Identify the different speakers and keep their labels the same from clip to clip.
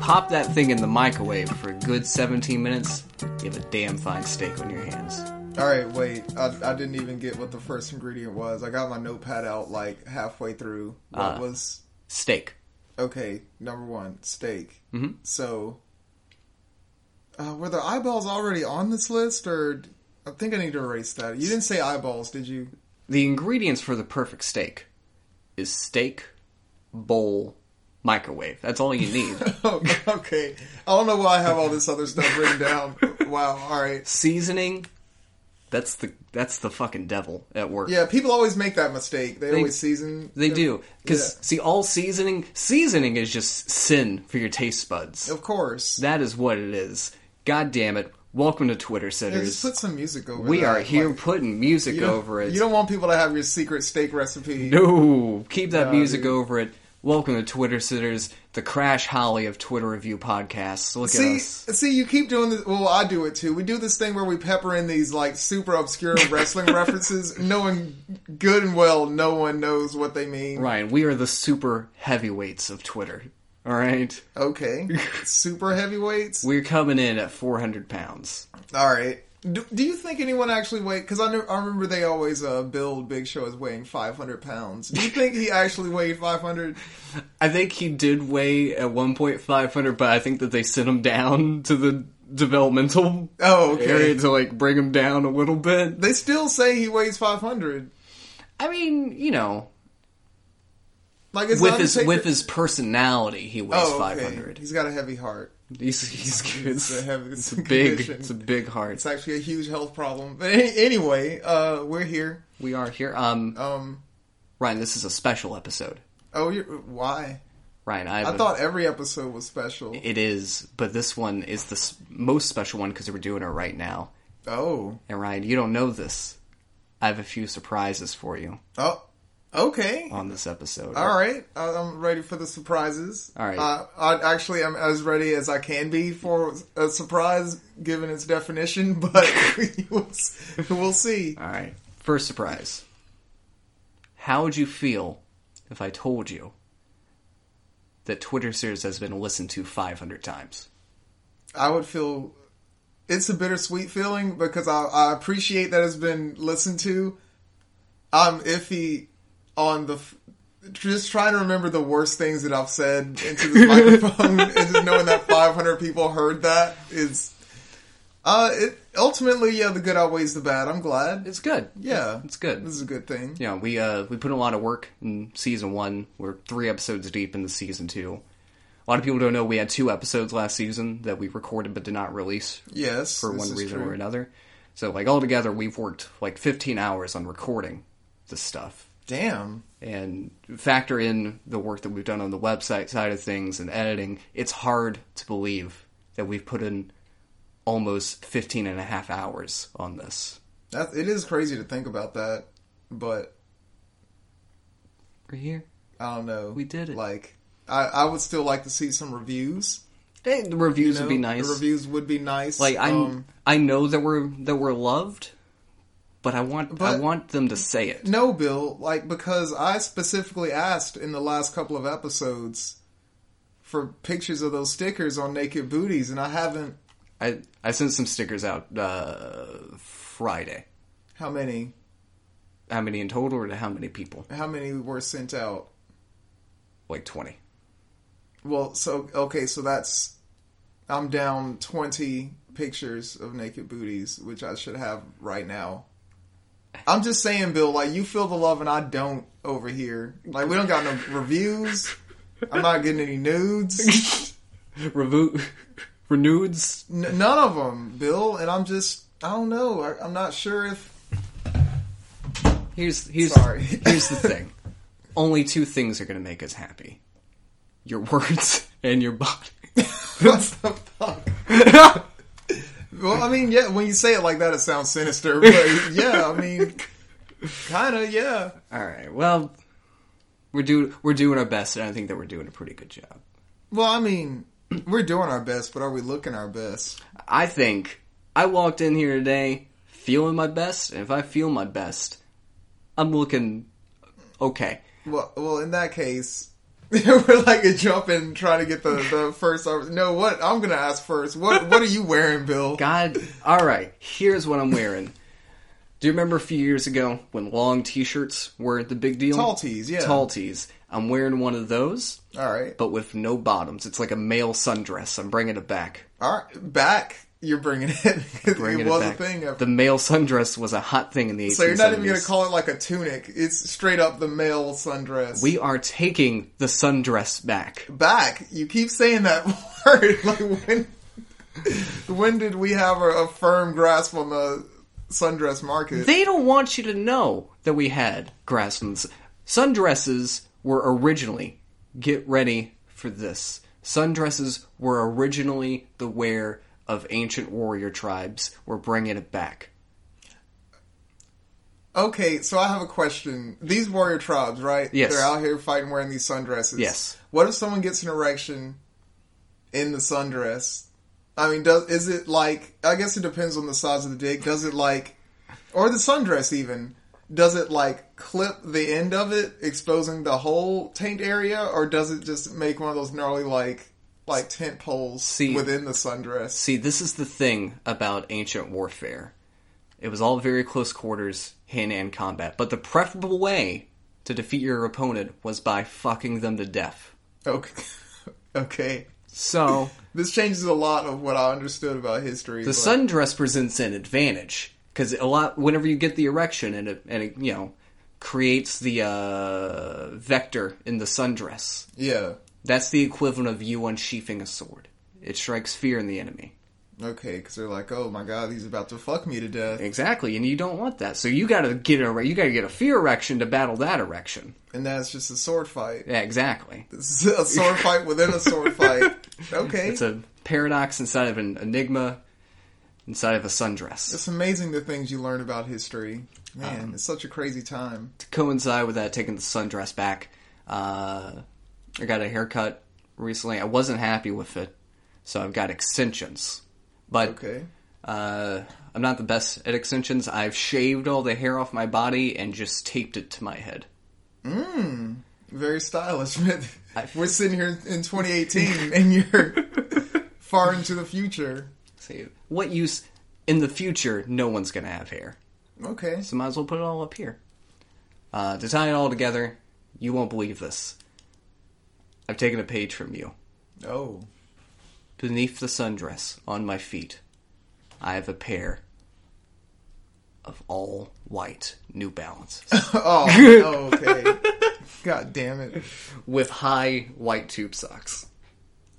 Speaker 1: Pop that thing in the microwave for a good 17 minutes. You have a damn fine steak on your hands.
Speaker 2: All right, wait. I, I didn't even get what the first ingredient was. I got my notepad out like halfway through. What
Speaker 1: Uh.
Speaker 2: was
Speaker 1: Steak.
Speaker 2: okay? Number one, steak.
Speaker 1: Mhm.
Speaker 2: So, uh, were the eyeballs already on this list, or d- I think I need to erase that? You didn't say eyeballs, did you?
Speaker 1: The ingredients for the perfect steak is steak, bowl, microwave. That's all you need.
Speaker 2: Oh, okay. I don't know why I have all this other stuff written down. Wow. All right.
Speaker 1: Seasoning. That's the that's the fucking devil at work.
Speaker 2: Yeah, people always make that mistake. They, always season.
Speaker 1: They do because
Speaker 2: Yeah.
Speaker 1: see, all seasoning seasoning is just sin for your taste buds.
Speaker 2: Of course.
Speaker 1: That is what it is. God damn it! Welcome to Twitter
Speaker 2: Yeah, just
Speaker 1: sitters.
Speaker 2: put some music over.
Speaker 1: we
Speaker 2: that.
Speaker 1: are here
Speaker 2: Like,
Speaker 1: putting music
Speaker 2: you don't-
Speaker 1: over it.
Speaker 2: You don't want people to have your secret steak recipe.
Speaker 1: No, keep that
Speaker 2: Nah,
Speaker 1: music
Speaker 2: dude.
Speaker 1: over it. Welcome to Twitter sitters, the Crash Holly of Twitter review podcasts. Look at
Speaker 2: See,
Speaker 1: us.
Speaker 2: see, you keep doing this. Well, I do it too. We do this thing where we pepper in these like super obscure wrestling references, knowing good and well no one knows what they mean.
Speaker 1: Ryan, we are the super heavyweights of Twitter. All right,
Speaker 2: Okay, super heavyweights.
Speaker 1: we're coming in at 400 pounds.
Speaker 2: All right. Do, do you think anyone actually weighed? Because I, know- I remember they always uh, billed Big Show as weighing 500 pounds. Do you think he actually weighed 500?
Speaker 1: I think he did weigh at one point 500, but I think that they sent him down to the developmental
Speaker 2: Oh, okay.
Speaker 1: area to like bring him down a little bit.
Speaker 2: They still say he weighs 500.
Speaker 1: I mean, you know,
Speaker 2: Like it's
Speaker 1: with
Speaker 2: the
Speaker 1: his
Speaker 2: Undertaker-
Speaker 1: with his personality, he weighs
Speaker 2: Oh, okay.
Speaker 1: 500.
Speaker 2: He's got a heavy heart.
Speaker 1: He's he's it's,
Speaker 2: a heavy-
Speaker 1: it's
Speaker 2: it's
Speaker 1: a
Speaker 2: a
Speaker 1: big
Speaker 2: condition.
Speaker 1: it's a big heart.
Speaker 2: It's actually a huge health problem. But any, anyway, uh, we're here.
Speaker 1: We are here. Um,
Speaker 2: Um,
Speaker 1: Ryan, this is a special episode.
Speaker 2: oh, you're, why?
Speaker 1: Ryan, I,
Speaker 2: I
Speaker 1: have a-
Speaker 2: thought every episode was special.
Speaker 1: Uh, it is, but this one is the s- most special one because we're doing it right now.
Speaker 2: Oh,
Speaker 1: And Ryan, you don't know this. I have a few surprises for you
Speaker 2: oh, okay.
Speaker 1: on this episode.
Speaker 2: All right, I- I'm ready for the surprises.
Speaker 1: All right.
Speaker 2: uh, I actually am as ready as I can be for a surprise, given its definition. But we'll s- we'll see.
Speaker 1: All right. First surprise. How would you feel if I told you that Twitter series has been listened to 500 times?
Speaker 2: I would feel it's a bittersweet feeling because I, I appreciate that it's been listened to. I'm iffy on the f- just trying to remember the worst things that I've said into this microphone, and just knowing that 500 people heard that is. Uh, it ultimately, yeah, the good outweighs the bad. I'm glad.
Speaker 1: It's good.
Speaker 2: Yeah,
Speaker 1: It's good.
Speaker 2: This is a good thing.
Speaker 1: you know, we uh we put in a lot of work in season one. We're three episodes deep into season two. A lot of people don't know we had two episodes last season that we recorded but did not release
Speaker 2: Yes,
Speaker 1: for
Speaker 2: this
Speaker 1: one
Speaker 2: is
Speaker 1: reason
Speaker 2: true.
Speaker 1: or another. So like altogether, we've worked like 15 hours on recording this stuff
Speaker 2: Damn.
Speaker 1: and factor in the work that we've done on the website side of things and editing, it's hard to believe that we've put in almost 15 and a half hours on this.
Speaker 2: That it is crazy to think about that, but
Speaker 1: We're here.
Speaker 2: I don't know.
Speaker 1: We did it.
Speaker 2: Like, I, I would still like to see some reviews.
Speaker 1: Hey, the reviews
Speaker 2: know,
Speaker 1: would be nice.
Speaker 2: The reviews would be nice.
Speaker 1: like I
Speaker 2: um,
Speaker 1: I know that we're that we're loved, but I want I
Speaker 2: But-
Speaker 1: want them to say it.
Speaker 2: no, Bill. Like because I specifically asked in the last couple of episodes for pictures of those stickers on naked booties, and I haven't.
Speaker 1: I I sent some stickers out uh, Friday.
Speaker 2: How many?
Speaker 1: How many in total, or to how many people?
Speaker 2: How many were sent out?
Speaker 1: Like twenty.
Speaker 2: Well, so okay, so that's I'm down twenty pictures of naked booties, which I should have right now. I'm just saying, Bill, like you feel the love and I don't over here. Like we don't got no reviews. I'm not getting any nudes.
Speaker 1: Revo- Reneweds.
Speaker 2: N- none of them, Bill. And I'm just, I don't know. I, I'm not sure if.
Speaker 1: Here's here's
Speaker 2: Sorry.
Speaker 1: here's the thing. Only two things are going to make us happy: your words and your body.
Speaker 2: what the fuck? well, I mean, yeah. When you say it like that, it sounds sinister. But yeah, I mean, kind of, yeah.
Speaker 1: All right. Well, we're doing we're doing our best, and I think that we're doing a pretty good job.
Speaker 2: Well, I mean, we're doing our best, but are we looking our best?
Speaker 1: I think I walked in here today feeling my best, and if I feel my best, I'm looking okay.
Speaker 2: Well, well, in that case, We're like a jump and trying to get the, the first. over- No, what I'm gonna ask first. What what are you wearing, Bill?
Speaker 1: God, all right. Here's what I'm wearing. Do you remember a few years ago when long T-shirts were the big deal?
Speaker 2: Tall tees, yeah.
Speaker 1: Tall tees. I'm wearing one of those,
Speaker 2: All right,
Speaker 1: but with no bottoms. It's like a male sundress. I'm bringing it back.
Speaker 2: all right. Back, you're bringing it.
Speaker 1: Bringing
Speaker 2: it was
Speaker 1: back.
Speaker 2: a thing.
Speaker 1: The male sundress was a hot thing in the 1870s.
Speaker 2: so you're not even gonna call it like a tunic. It's straight up the male sundress.
Speaker 1: We are taking the sundress back.
Speaker 2: back. You keep saying that word. Like when when did we have a, a firm grasp on the sundress market?
Speaker 1: They don't want you to know that we had grasslands. Sundresses were originally, get ready for this. Sundresses were originally the wear of ancient warrior tribes. We're bringing it back.
Speaker 2: Okay, so I have a question. These warrior tribes, right?
Speaker 1: Yes.
Speaker 2: They're out here fighting wearing these sundresses.
Speaker 1: Yes.
Speaker 2: What if someone gets an erection in the sundress? I mean, does is it like I guess it depends on the size of the dick. Does it like or the sundress even? Does it like clip the end of it, exposing the whole taint area, or does it just make one of those gnarly like like tent poles
Speaker 1: See-
Speaker 2: within the sundress?
Speaker 1: See, this is the thing about ancient warfare. It was all very close quarters, hand-to-hand combat. But the preferable way to defeat your opponent was by fucking them to death.
Speaker 2: Okay. okay.
Speaker 1: So,
Speaker 2: This changes a lot of what I understood about history.
Speaker 1: the
Speaker 2: but-
Speaker 1: sundress presents an advantage because a lot whenever you get the erection and it, and it you know creates the uh, vector in the sundress
Speaker 2: Yeah.
Speaker 1: that's the equivalent of you unsheathing a sword it strikes fear in the enemy
Speaker 2: Okay, because they're like, oh my god, he's about to fuck me to death.
Speaker 1: exactly and you don't want that so you gotta get a you gotta get a fear erection to battle that erection
Speaker 2: And that's just a sword fight.
Speaker 1: yeah exactly
Speaker 2: It's a sword fight within a sword fight. Okay.
Speaker 1: it's
Speaker 2: It's,
Speaker 1: a paradox inside of an enigma inside of a sundress
Speaker 2: amazing the things you learn about history. Man,
Speaker 1: Um,
Speaker 2: it's such a crazy time.
Speaker 1: to coincide with that taking the sundress back, uh, I got a haircut recently. I wasn't happy with it, so I've got extensions. But
Speaker 2: Okay.
Speaker 1: uh, I'm not the best at extensions. I've shaved all the hair off my body and just taped it to my head.
Speaker 2: Very stylish. man. We're sitting here in 2018 and you're far into the future.
Speaker 1: See, what use in the future? No one's gonna have hair,
Speaker 2: Okay.
Speaker 1: so might as well put it all up here. Uh, to tie it all together, you won't believe this. I've taken a page from you.
Speaker 2: Oh.
Speaker 1: Beneath the sundress on my feet, I have a pair of all white New Balances
Speaker 2: oh, no, okay. God damn it.
Speaker 1: with high white tube socks.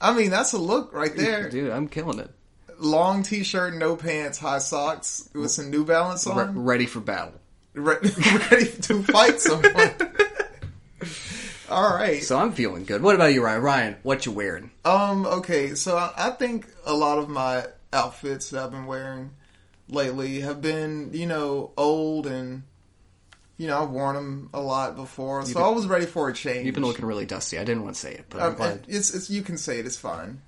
Speaker 2: I mean, that's a look right there.
Speaker 1: Dude, I'm killing it.
Speaker 2: Long t shirt, no pants, high socks with some New Balance
Speaker 1: Re-
Speaker 2: on.
Speaker 1: ready for battle.
Speaker 2: Re- ready to fight someone. All right.
Speaker 1: So I'm feeling good. What about you, Ryan? Ryan, what you wearing?
Speaker 2: Um. Okay. So I, I think a lot of my outfits that I've been wearing lately have been, you know, old and you know I've worn them a lot before, so I was ready for a change.
Speaker 1: You've been looking really dusty. I didn't want to say it, but I'm
Speaker 2: Um,
Speaker 1: glad.
Speaker 2: it's, it's you can say it. It's fine.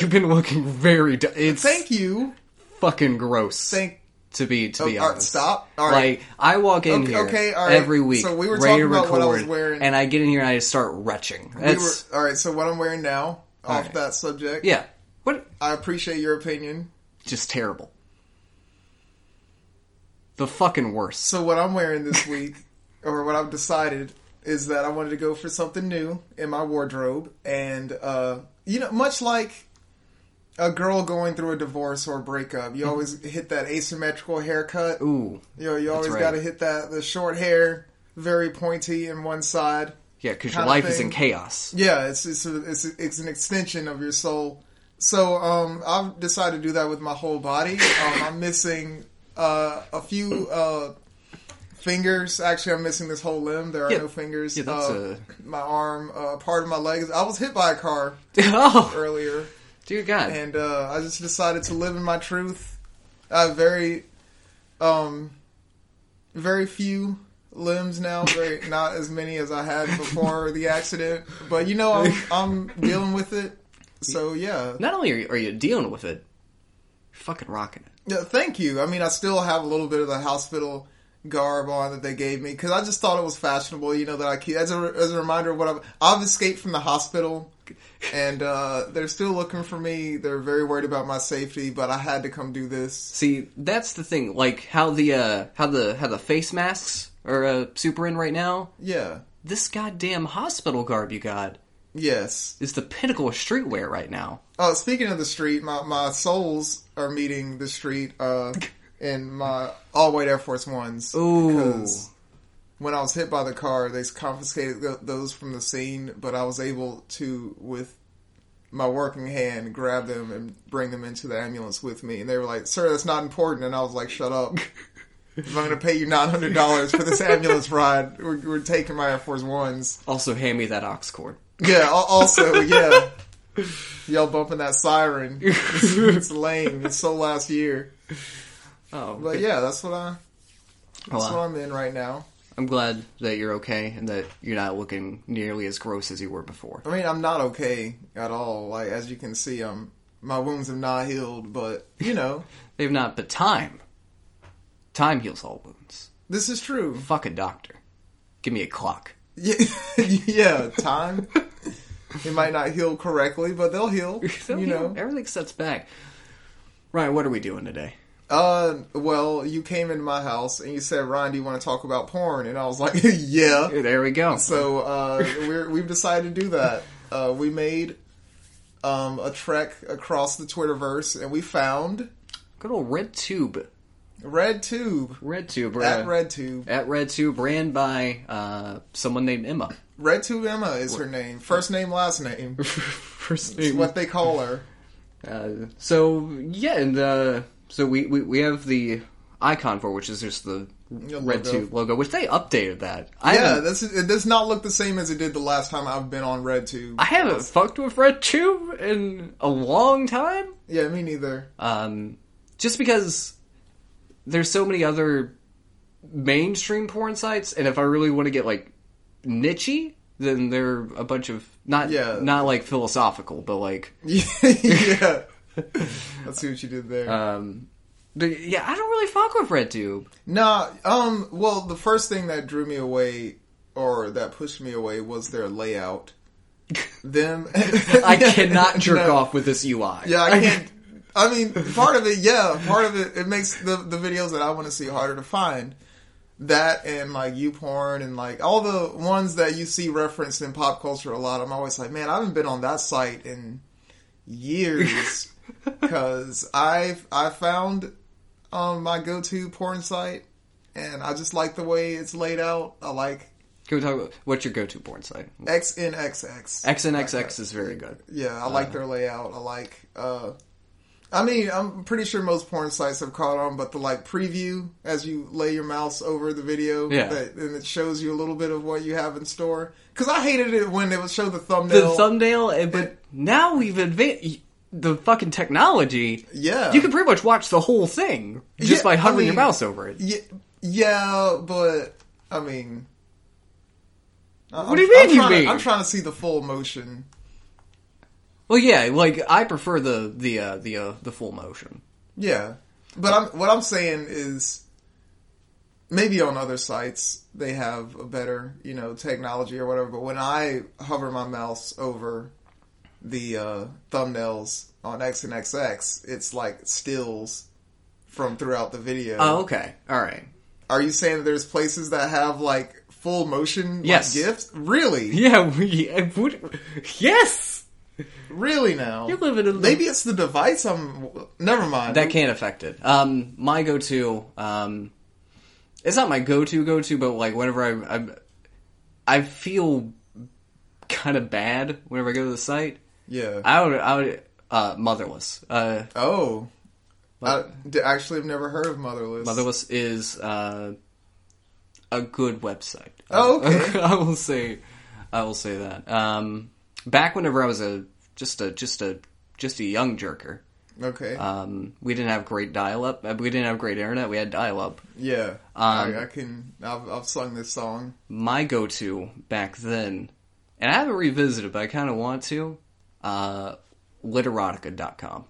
Speaker 1: You've been looking very. Du- it's
Speaker 2: Thank you.
Speaker 1: fucking gross.
Speaker 2: Thank. oh,
Speaker 1: to be to be
Speaker 2: all right,
Speaker 1: honest.
Speaker 2: stop. All right.
Speaker 1: Like I walk in
Speaker 2: Okay,
Speaker 1: here
Speaker 2: okay, all right.
Speaker 1: every week,
Speaker 2: So we were
Speaker 1: ready to
Speaker 2: talking about
Speaker 1: record,
Speaker 2: what I was wearing.
Speaker 1: and I get in here and I just start retching.
Speaker 2: We
Speaker 1: That's
Speaker 2: were, all right. So what I'm wearing now, off
Speaker 1: right.
Speaker 2: that subject.
Speaker 1: yeah. What?
Speaker 2: I appreciate your opinion.
Speaker 1: Just terrible. The fucking worst.
Speaker 2: So what I'm wearing this week, or what I've decided, is that I wanted to go for something new in my wardrobe, and uh, you know, much like a girl going through a divorce or a breakup, you always hit that asymmetrical haircut.
Speaker 1: Mm-hmm. Ooh.
Speaker 2: You know, you always
Speaker 1: right.
Speaker 2: got to hit that the short hair, very pointy in one side.
Speaker 1: Yeah, because your
Speaker 2: kinda
Speaker 1: life is in
Speaker 2: thing.
Speaker 1: chaos.
Speaker 2: Yeah, it's it's a, it's, a, it's an extension of your soul. So um, I've decided to do that with my whole body. Um, I'm missing uh, a few uh, fingers. Actually, I'm missing this whole limb. There are
Speaker 1: Yeah.
Speaker 2: no fingers.
Speaker 1: Yeah, that's
Speaker 2: uh, my arm, uh, part of my legs. I was hit by a car
Speaker 1: oh,
Speaker 2: earlier,
Speaker 1: dear God.
Speaker 2: and uh, I just decided to live in my truth. I have very, um, very few limbs now. Very not as many as I had before the accident. But you know, I'm, I'm dealing with it. So yeah.
Speaker 1: Not only are you, are you dealing with it, you're fucking rocking it.
Speaker 2: yeah, thank you. I mean, I still have a little bit of the hospital garb on that they gave me because I just thought it was fashionable. You know that I keep as a as a reminder of what I've I've escaped from the hospital, and uh, they're still looking for me. They're very worried about my safety, but I had to come do this.
Speaker 1: See, that's the thing. Like how the uh, how the how the face masks are uh, super in right now.
Speaker 2: Yeah.
Speaker 1: This goddamn hospital garb you got
Speaker 2: Yes.
Speaker 1: is the pinnacle of streetwear right now.
Speaker 2: Oh, speaking of the street, my my souls are meeting the street uh, in my all white Air Force Ones.
Speaker 1: Ooh.
Speaker 2: because when I was hit by the car, they confiscated th- those from the scene, but I was able to, with my working hand, grab them and bring them into the ambulance with me. And they were like, "Sir, that's not important." And I was like, "Shut up." If I'm going to pay you $900 for this ambulance ride, we're, we're taking my Air Force Ones.
Speaker 1: Also, hand me that ox cord.
Speaker 2: Yeah, al- also, yeah. Y'all bumping that siren. It's, it's lame. It's so last year.
Speaker 1: Oh,
Speaker 2: But yeah, that's what I that's
Speaker 1: Well,
Speaker 2: what I'm in right now.
Speaker 1: I'm glad that you're okay and that you're not looking nearly as gross as you were before.
Speaker 2: I mean, I'm not okay at all. Like as you can see, um, my wounds have not healed. But you know,
Speaker 1: They've not, but time. Time heals all wounds.
Speaker 2: this is true.
Speaker 1: Fuck a doctor. Give me a clock.
Speaker 2: Yeah, yeah. Time. It might not heal correctly, but they'll heal.
Speaker 1: They'll
Speaker 2: you
Speaker 1: heal.
Speaker 2: know.
Speaker 1: everything sets back. Ryan, what are we doing today?
Speaker 2: Uh, well, you came into my house and you said, "Ron, do you want to talk about porn?" And I was like, "Yeah."
Speaker 1: There we go.
Speaker 2: So uh, we're, we've decided to do that. Uh, we made um, a trek across the Twitterverse, and we found
Speaker 1: Good old RedTube.
Speaker 2: RedTube
Speaker 1: RedTube. or,
Speaker 2: at
Speaker 1: uh,
Speaker 2: RedTube.
Speaker 1: at RedTube, ran by uh, someone named Emma.
Speaker 2: RedTube Emma is her name, first name, last name.
Speaker 1: First
Speaker 2: It's what they call her.
Speaker 1: Uh, so yeah, and uh, so we, we we have the icon for it, which is just the red
Speaker 2: logo.
Speaker 1: tube logo, which they updated that. I
Speaker 2: Yeah,
Speaker 1: haven't,
Speaker 2: this is, it does not look the same as it did the last time I've been on RedTube.
Speaker 1: I haven't fucked with red tube in a long time.
Speaker 2: Yeah, me neither.
Speaker 1: Um, just because there's so many other mainstream porn sites, and if I really want to get like nichey, then they're a bunch of not
Speaker 2: Yeah.
Speaker 1: not like philosophical, but like
Speaker 2: yeah, let's see what you did there.
Speaker 1: um, but yeah, I don't really fuck with red tube.
Speaker 2: Nah, um, well, the first thing that drew me away or that pushed me away was their layout. Them,
Speaker 1: I cannot jerk
Speaker 2: No.
Speaker 1: off with this UI.
Speaker 2: Yeah, I can't. I mean, part of it, yeah, part of it, it makes the the videos that I want to see harder to find. That and like YouPorn and like all the ones that you see referenced in pop culture a lot. I'm always like, man, I haven't been on that site in years because I I found um, my go to porn site and I just like the way it's laid out. I like
Speaker 1: Can we talk about what's your go-to porn site?
Speaker 2: XNXX.
Speaker 1: XNXX is very good.
Speaker 2: Yeah, I
Speaker 1: Um,
Speaker 2: like their layout. I like. uh I mean, I'm pretty sure most porn sites have caught on, but the like preview as you lay your mouse over the video,
Speaker 1: Yeah.
Speaker 2: that, and it shows you a little bit of what you have in store. Because I hated it when it would show
Speaker 1: The
Speaker 2: the thumbnail.
Speaker 1: thumbnail, and- but now we've advanced the fucking technology.
Speaker 2: yeah,
Speaker 1: You can pretty much watch the whole thing just
Speaker 2: Yeah,
Speaker 1: by hovering
Speaker 2: I mean-
Speaker 1: your mouse over it.
Speaker 2: Yeah, yeah, but I mean,
Speaker 1: What do you mean
Speaker 2: I'm
Speaker 1: you
Speaker 2: trying
Speaker 1: mean?
Speaker 2: To, I'm trying to see the full motion.
Speaker 1: Well, yeah, like I prefer the the uh, the uh, the full motion.
Speaker 2: Yeah, but I'm what I'm saying is maybe on other sites they have a better you know technology or whatever. But when I hover my mouse over the uh, thumbnails on X and XX, it's like stills from throughout the video.
Speaker 1: Oh, okay, all right.
Speaker 2: Are you saying that there's places that have like full motion like,
Speaker 1: Yes.
Speaker 2: gifs? Really,
Speaker 1: Yeah, we, I would- yes,
Speaker 2: really now
Speaker 1: You're living in the-
Speaker 2: maybe it's the device. I'm never mind.
Speaker 1: that can't affect it. Um, my go-to, um, it's not my go-to go-to, but like whenever I I, I feel kind of bad whenever I go to the site.
Speaker 2: yeah.
Speaker 1: I would, I would, uh, motherless. Uh,
Speaker 2: oh. I d- actually have never heard of Motherless.
Speaker 1: motherless is uh, a good website.
Speaker 2: Oh, okay.
Speaker 1: I will say, I will say that. Um, back whenever I was a just a just a just a young jerker,
Speaker 2: Okay.
Speaker 1: um, we didn't have great dial-up. uh, We didn't have great internet. We had dial-up.
Speaker 2: yeah.
Speaker 1: um,
Speaker 2: I, I can. I've, I've sung this song.
Speaker 1: my go-to back then, and I haven't revisited, but I kind of want to. Uh, literotica.com.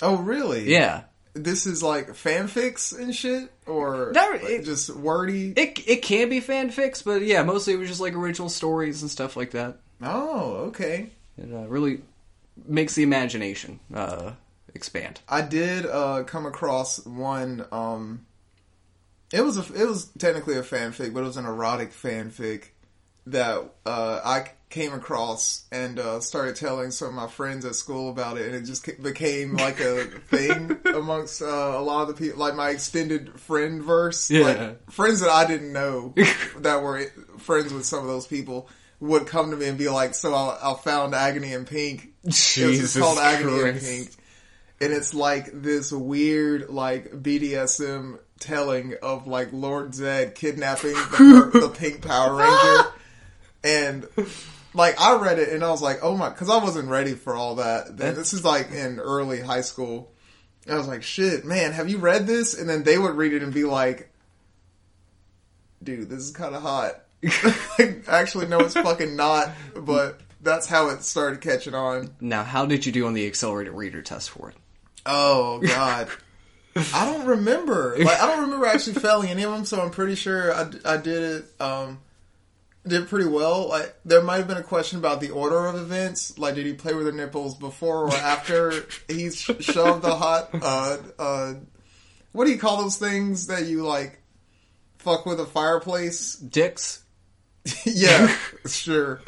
Speaker 2: Oh, really?
Speaker 1: Yeah,
Speaker 2: this is like fanfics and shit, or
Speaker 1: No,
Speaker 2: like,
Speaker 1: it-
Speaker 2: just wordy.
Speaker 1: It it can be fanfics, but yeah, mostly it was just like original stories and stuff like that.
Speaker 2: oh, okay.
Speaker 1: It uh, really makes the imagination uh, expand.
Speaker 2: I did uh, come across one. Um, it was a, it was technically a fanfic, but it was an erotic fanfic that uh, I came across and uh, started telling some of my friends at school about it, and it just ca- became like a thing amongst uh, a lot of the people, like my extended friend verse.
Speaker 1: Yeah.
Speaker 2: Like, friends that I didn't know that were friends with some of those people would come to me and be like, "So I, I found agony in pink." It was
Speaker 1: Jesus
Speaker 2: just called Agony in
Speaker 1: Christ.
Speaker 2: Pink. And it's like this weird, like BDSM telling of like Lord Zed kidnapping the, the Pink Power Ranger, and like I read it and I was like, oh my, because I wasn't ready for all that. Then this is like in early high school. And I was like, shit, man, have you read this? And then they would read it and be like, dude, this is kind of hot. like, actually, no, it's fucking not. But that's how it started catching on.
Speaker 1: Now, how did you do on the accelerated reader test for it?
Speaker 2: Oh God, I don't remember. Like I don't remember actually failing any of them, so I'm pretty sure I, I did it. Um, did pretty well. Like there might have been a question about the order of events. Like did he play with her nipples before or after he sh- shoved the hot? Uh, uh, what do you call those things that you like? Fuck with a fireplace.
Speaker 1: Dicks.
Speaker 2: yeah, sure.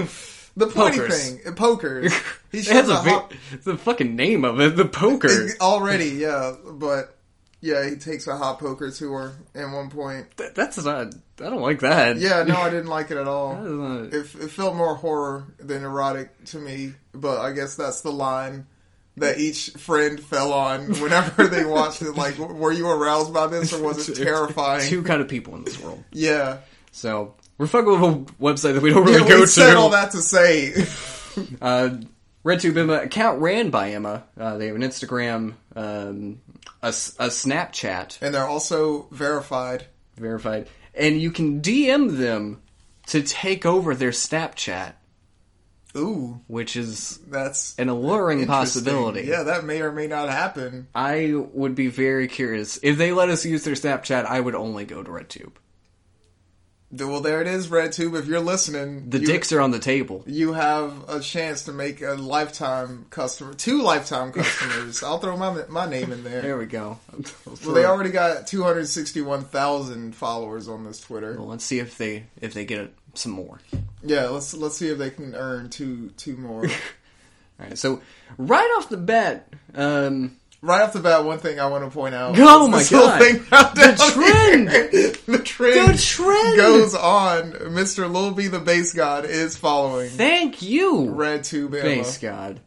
Speaker 2: The pointy
Speaker 1: Pokers.
Speaker 2: thing, pokers. He
Speaker 1: It has
Speaker 2: shoved
Speaker 1: a
Speaker 2: the
Speaker 1: big,
Speaker 2: hot-
Speaker 1: the fucking name of it, the poker.
Speaker 2: Ex- Already, yeah, but yeah, he takes a hot poker to her at one point.
Speaker 1: Th- That's not. I don't like that.
Speaker 2: Yeah, no, I didn't like it at
Speaker 1: That
Speaker 2: all.
Speaker 1: is not-
Speaker 2: It, it felt more horror than erotic to me, but I guess that's the line that each friend fell on whenever they watched it. Like, w- were you aroused by this or was it
Speaker 1: It's- it's
Speaker 2: terrifying?
Speaker 1: Two kind of people in this world.
Speaker 2: yeah.
Speaker 1: So we're fucking with a website that we don't really
Speaker 2: yeah
Speaker 1: go
Speaker 2: we
Speaker 1: to.
Speaker 2: said all that to say.
Speaker 1: Uh, RedTube Emma account ran by Emma. Uh, they have an Instagram, um, a, s- a Snapchat
Speaker 2: and they're also verified.
Speaker 1: verified, and you can DM them to take over their Snapchat,
Speaker 2: Ooh,
Speaker 1: which is
Speaker 2: that's
Speaker 1: an alluring
Speaker 2: interesting.
Speaker 1: possibility.
Speaker 2: Yeah, that may or may not happen.
Speaker 1: I would be very curious if they let us use their Snapchat. I would only go to RedTube.
Speaker 2: Well, there it is, RedTube. If you're listening,
Speaker 1: The
Speaker 2: you-
Speaker 1: dicks are on the table.
Speaker 2: you have a chance to make a lifetime customer, two lifetime customers. I'll throw my my name in there.
Speaker 1: There we go.
Speaker 2: Well, they already got two hundred sixty-one thousand followers on this Twitter.
Speaker 1: Well, let's see if they if they get some more.
Speaker 2: Yeah, let's let's see if they can earn two two more.
Speaker 1: All right. So right off the bat, um,
Speaker 2: right off the bat, one thing I want to point out.
Speaker 1: Oh
Speaker 2: is
Speaker 1: my
Speaker 2: this whole
Speaker 1: God.
Speaker 2: thing down
Speaker 1: trend.
Speaker 2: here. the trend,
Speaker 1: The trend.
Speaker 2: goes on. Mr. Lil B, the bass god, is following
Speaker 1: thank you.
Speaker 2: Red Tube Emma.
Speaker 1: Thanks, God.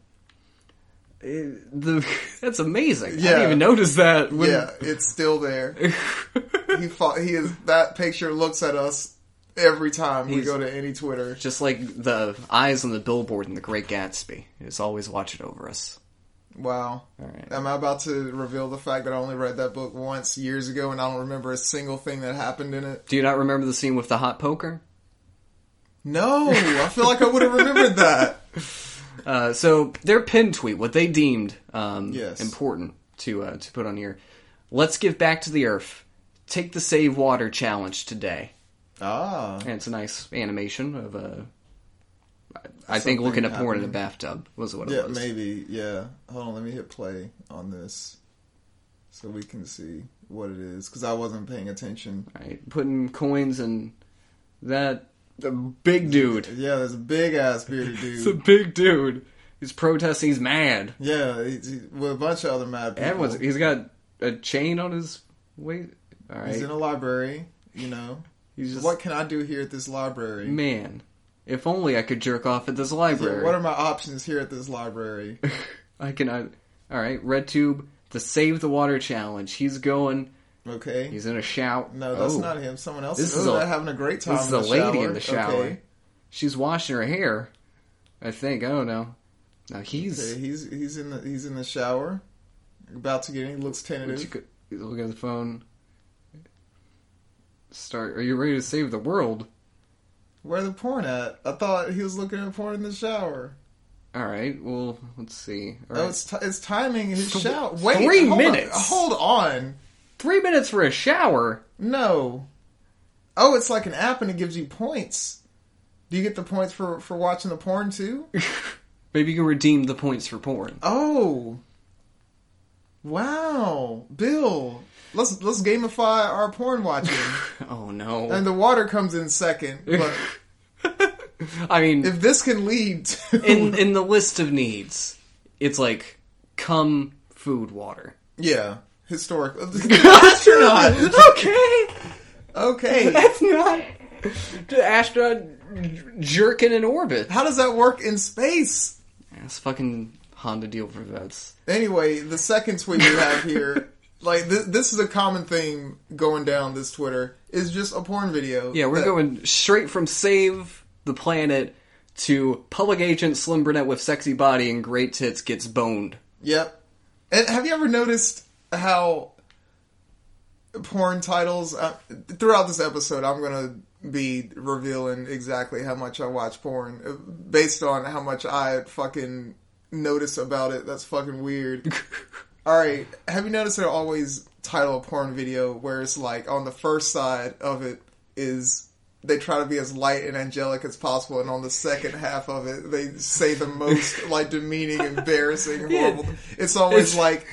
Speaker 1: Uh, the, that's amazing. I
Speaker 2: Yeah.
Speaker 1: didn't even notice that. When,
Speaker 2: Yeah, it's still there. he fought, he is that picture looks at us every time we
Speaker 1: He's-
Speaker 2: go to any Twitter.
Speaker 1: Just like the eyes on the billboard in The Great Gatsby. It's always watching over us.
Speaker 2: Wow.
Speaker 1: right.
Speaker 2: Am I about to reveal the fact that I only read that book once years ago and I don't remember a single thing that happened in it?
Speaker 1: Do you not remember the scene with the hot poker?
Speaker 2: No, I feel like I would have remembered that.
Speaker 1: Uh, so their pin tweet, what they deemed um,
Speaker 2: Yes.
Speaker 1: important to uh, to put on here. Let's give back to the earth. Take the save water challenge today.
Speaker 2: Ah.
Speaker 1: And it's a nice animation of a. I I think looking at porn in a bathtub was what it
Speaker 2: Yeah,
Speaker 1: was.
Speaker 2: maybe. Yeah. Hold on, let me hit play on this so we can see what it is cuz I wasn't paying attention.
Speaker 1: Right, putting coins in that the big dude.
Speaker 2: Yeah, there's a big ass bearded dude.
Speaker 1: It's a big dude. He's protesting. He's mad.
Speaker 2: Yeah, he, he, with a bunch of other mad people.
Speaker 1: Everyone's. He's got a chain on his waist. All right.
Speaker 2: He's in a library, you know.
Speaker 1: He's just
Speaker 2: what can I do here at this library?
Speaker 1: man. If only I could jerk off at this
Speaker 2: Yeah,
Speaker 1: library.
Speaker 2: what are my options here at this library?
Speaker 1: I can. I, all right. RedTube. The Save the Water challenge. He's going.
Speaker 2: Okay.
Speaker 1: He's in a shout.
Speaker 2: no, that's
Speaker 1: Oh,
Speaker 2: not him. Someone else
Speaker 1: This
Speaker 2: is
Speaker 1: is
Speaker 2: oh,
Speaker 1: a-
Speaker 2: they're having a great time.
Speaker 1: This is
Speaker 2: in
Speaker 1: a
Speaker 2: the
Speaker 1: lady
Speaker 2: shower.
Speaker 1: in the shower.
Speaker 2: Okay.
Speaker 1: She's washing her hair. I think. I don't know. Now he's.
Speaker 2: Okay, he's he's in the he's in the shower, about to get in. He looks
Speaker 1: Would you
Speaker 2: tentative.
Speaker 1: go- he's looking at the phone. Start. Are you ready to save the world?
Speaker 2: Where the porn at? I thought he was looking at porn in the shower.
Speaker 1: All right. Well, let's see. All
Speaker 2: Oh,
Speaker 1: right.
Speaker 2: it's, t- it's timing his
Speaker 1: Th-
Speaker 2: shout. Wait,
Speaker 1: three
Speaker 2: hold on-
Speaker 1: minutes.
Speaker 2: hold on.
Speaker 1: Three minutes for a shower.
Speaker 2: No. Oh, it's like an app and it gives you points. Do you get the points for for watching the porn too?
Speaker 1: Maybe you can redeem the points for porn.
Speaker 2: Oh. Wow, Bill. Let's let's gamify our porn watching.
Speaker 1: Oh no.
Speaker 2: and the water comes in second. But
Speaker 1: I mean,
Speaker 2: if this can lead to
Speaker 1: in in the list of needs, it's like cum, food, water.
Speaker 2: yeah, historic. Astronaut.
Speaker 1: okay,
Speaker 2: Okay.
Speaker 1: that's not the astronaut j- jerking in orbit.
Speaker 2: How does that work in space?
Speaker 1: That's fucking Honda deal for vets.
Speaker 2: Anyway, the second tweet we have here, like this, this is a common theme going down this Twitter, is just a porn video.
Speaker 1: Yeah, we're
Speaker 2: That-
Speaker 1: going straight from save the planet to public agent Slim Burnett with sexy body and great tits gets boned.
Speaker 2: Yep. And have you ever noticed how porn titles uh, throughout this episode? I'm gonna be revealing exactly how much I watch porn uh, based on how much I fucking notice about it. That's fucking weird. All right, have you noticed they always title a porn video where it's like on the first side of it is they try to be as light and angelic as possible, and on the second half of it they say the most like demeaning, embarrassing, horrible. It's always
Speaker 1: It's-
Speaker 2: like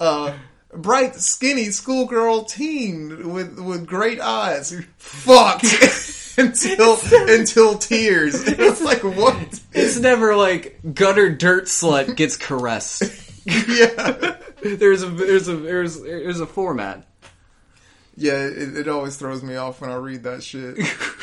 Speaker 2: uh, bright, skinny schoolgirl teen with with great eyes, fucked until until tears. It's like what?
Speaker 1: It's never like gutter dirt slut gets caressed.
Speaker 2: Yeah.
Speaker 1: There's a there's a there's there's a format.
Speaker 2: Yeah, it, it always throws me off when I read that shit.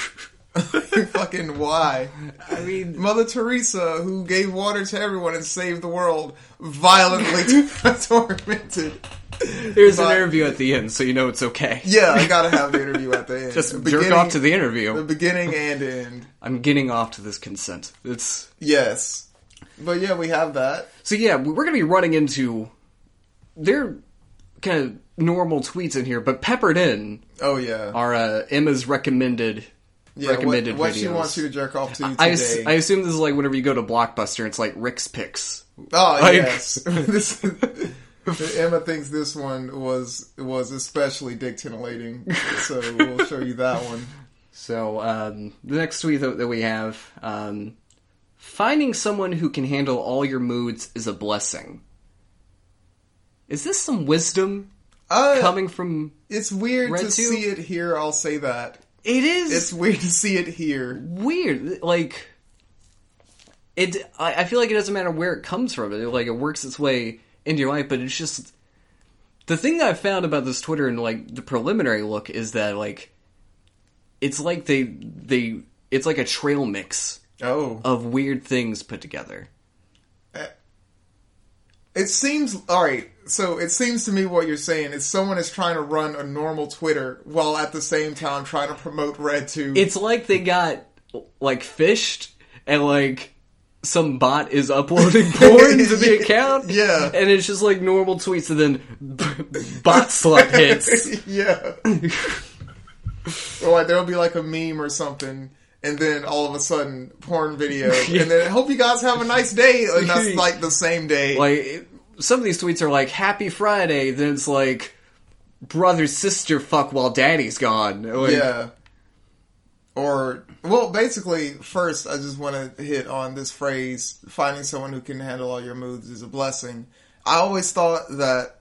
Speaker 2: Fucking why?
Speaker 1: I mean,
Speaker 2: Mother Teresa, who gave water to everyone and saved the world, violently tormented.
Speaker 1: there's an
Speaker 2: But-
Speaker 1: interview at the end, so you know it's okay.
Speaker 2: Yeah, I gotta have the interview at the end.
Speaker 1: Just jerk
Speaker 2: Beginning-
Speaker 1: off to the
Speaker 2: the
Speaker 1: interview.
Speaker 2: beginning and end.
Speaker 1: I'm getting off to this consent. It's
Speaker 2: Yes, but yeah, we have that.
Speaker 1: So yeah, we- we're gonna be running into their kind of normal tweets in here, but peppered in
Speaker 2: Oh yeah,
Speaker 1: are uh, Emma's recommended
Speaker 2: yeah.
Speaker 1: recommended
Speaker 2: what what
Speaker 1: videos.
Speaker 2: she wants you to jerk off to today?
Speaker 1: I, ass- I assume this is like whenever you go to Blockbuster, it's like Rick's Picks.
Speaker 2: Oh
Speaker 1: Like-
Speaker 2: yes, this, Emma thinks this one was was especially dick titillating, so we'll show you that one.
Speaker 1: So um, the next tweet that, that we have, um, finding someone who can handle all your moods is a blessing. Is this some wisdom
Speaker 2: Uh,
Speaker 1: coming from?
Speaker 2: it's weird
Speaker 1: Red
Speaker 2: to
Speaker 1: two?
Speaker 2: see it here. I'll say that
Speaker 1: It is.
Speaker 2: it's weird to see it here.
Speaker 1: weird. Like it, I, I feel like it doesn't matter where it comes from. It like it works its way into your life, but it's just the thing that I found about this Twitter and like the preliminary look is that like it's like they they it's like a trail mix
Speaker 2: Oh,
Speaker 1: of weird things put together.
Speaker 2: it seems all right. So it seems to me what you're saying is someone is trying to run a normal Twitter while at the same time trying to promote Red Two.
Speaker 1: It's like they got like fished and like some bot is uploading porn to the account.
Speaker 2: Yeah.
Speaker 1: And it's just like normal tweets and then bot slut hits.
Speaker 2: yeah. or like there'll be like a meme or something, and then all of a sudden porn video, and then hope you guys have a nice day, and that's like the same day.
Speaker 1: like it- some of these tweets are like happy friday then it's like brother sister fuck while daddy's gone Like,
Speaker 2: yeah. Or well, basically, first I just want to hit on this phrase: finding someone who can handle all your moods is a blessing. I always thought that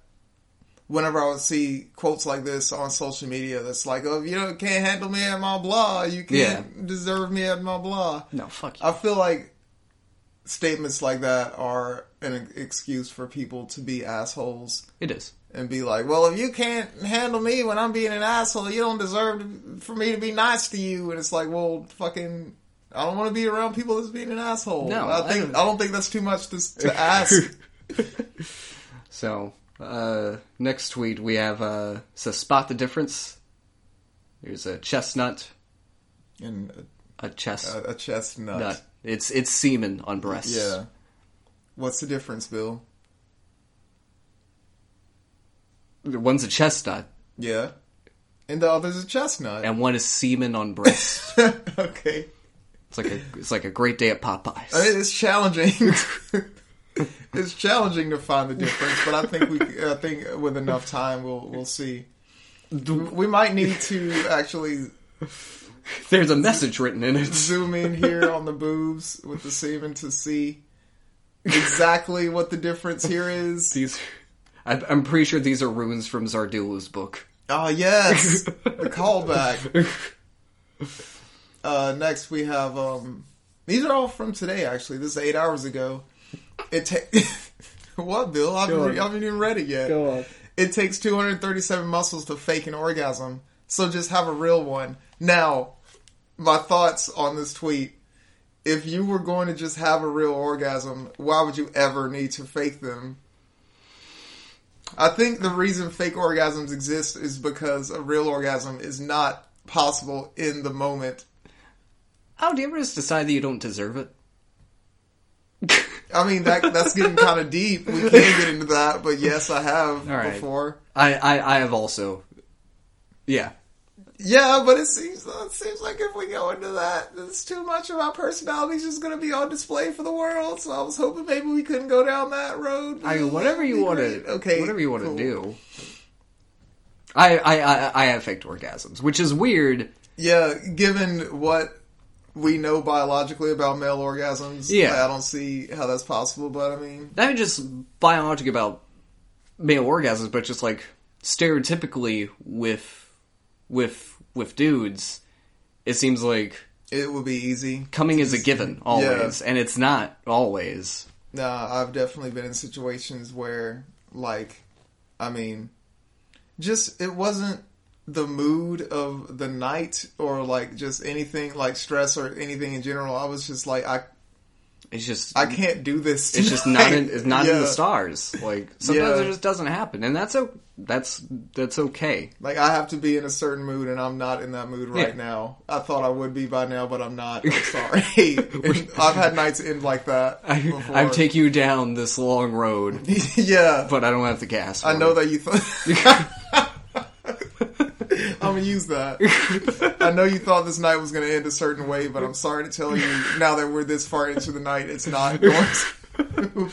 Speaker 2: whenever I would see quotes like this on social media, that's like, "Oh, you know, can't handle me at my blah. You can't deserve me at my blah."
Speaker 1: no fuck you.
Speaker 2: I feel like statements like that are an excuse for people to be assholes
Speaker 1: it is
Speaker 2: and be like, "Well, if you can't handle me when I'm being an asshole, you don't deserve to, for me to be nice to you." And it's like, "Well, fucking, I don't want to be around people that's being an asshole."
Speaker 1: No,
Speaker 2: I think I
Speaker 1: I-
Speaker 2: don't, think that's too much to, s- to ask.
Speaker 1: so uh next tweet we have uh so spot the difference there's a chestnut
Speaker 2: and
Speaker 1: a chest
Speaker 2: a, a chestnut.
Speaker 1: nut it's it's semen on breasts
Speaker 2: Yeah. What's the difference, Bill?
Speaker 1: one's a chestnut
Speaker 2: Yeah. And the other's a chestnut.
Speaker 1: and one is semen on breasts
Speaker 2: okay.
Speaker 1: It's like a it's like a great day at Popeyes.
Speaker 2: I mean, it's challenging. it's challenging to find the difference, but I think we, I think with enough time, we'll we'll see. We might need to actually
Speaker 1: There's a message written in it.
Speaker 2: zoom in here on the boobs with the semen to see exactly what the difference here is.
Speaker 1: These, I, I'm pretty sure these are runes from Zardulu's book.
Speaker 2: Oh yes, the callback. Uh, next we have um, these are all from today. Actually, this is eight hours ago. It ta- what Bill? I haven't,
Speaker 1: Go
Speaker 2: re-
Speaker 1: on.
Speaker 2: I haven't even read it yet.
Speaker 1: on.
Speaker 2: It takes 237 muscles to fake an orgasm, so just have a real one. Now, my thoughts on this tweet. If you were going to just have a real orgasm, why would you ever need to fake them? I think the reason fake orgasms exist is because a real orgasm is not possible in the moment.
Speaker 1: Oh, do you ever just decide that you don't deserve it?
Speaker 2: I mean, that that's getting kind of deep. We can get into that, but yes, I have
Speaker 1: All right.
Speaker 2: before.
Speaker 1: I, I, I have also. Yeah.
Speaker 2: Yeah, but it seems it seems like if we go into that, it's too much of my personality's just going to be on display for the world. So I was hoping maybe we couldn't go down that road.
Speaker 1: I mean, whatever you
Speaker 2: Be
Speaker 1: want
Speaker 2: great.
Speaker 1: to, okay, whatever you want to do. I, I, I, I have faked orgasms, which is weird.
Speaker 2: Yeah, given what we know biologically about male orgasms,
Speaker 1: Yeah.
Speaker 2: I don't see how that's possible. But I mean,
Speaker 1: Not even just biologic about male orgasms, but just like stereotypically with, with, with dudes, it seems like
Speaker 2: it would be easy.
Speaker 1: coming is a given always, and it's not always.
Speaker 2: Nah, I've definitely been in situations where, like, I mean, just it wasn't the mood of the night or like just anything like stress or anything in general. I was just like, I
Speaker 1: It's just
Speaker 2: I can't do this.
Speaker 1: Mm-hmm. it's just not in
Speaker 2: tonight.
Speaker 1: it's not in
Speaker 2: Yeah.
Speaker 1: the stars. Like sometimes
Speaker 2: Yeah.
Speaker 1: it just doesn't happen, and that's o- that's that's okay.
Speaker 2: Like I have to be in a certain mood, and I'm not in that mood right
Speaker 1: Yeah.
Speaker 2: now. I thought I would be by now, but I'm not. I'm sorry. And I've had nights end like that.
Speaker 1: I,
Speaker 2: before.
Speaker 1: I've taken you down this long road,
Speaker 2: yeah.
Speaker 1: but I don't have the gas.
Speaker 2: I
Speaker 1: for
Speaker 2: know
Speaker 1: it.
Speaker 2: that you thought. I'm gonna use that. I know you thought this night was gonna end a certain way, but I'm sorry to tell you now that we're this far into the night, it's not going to.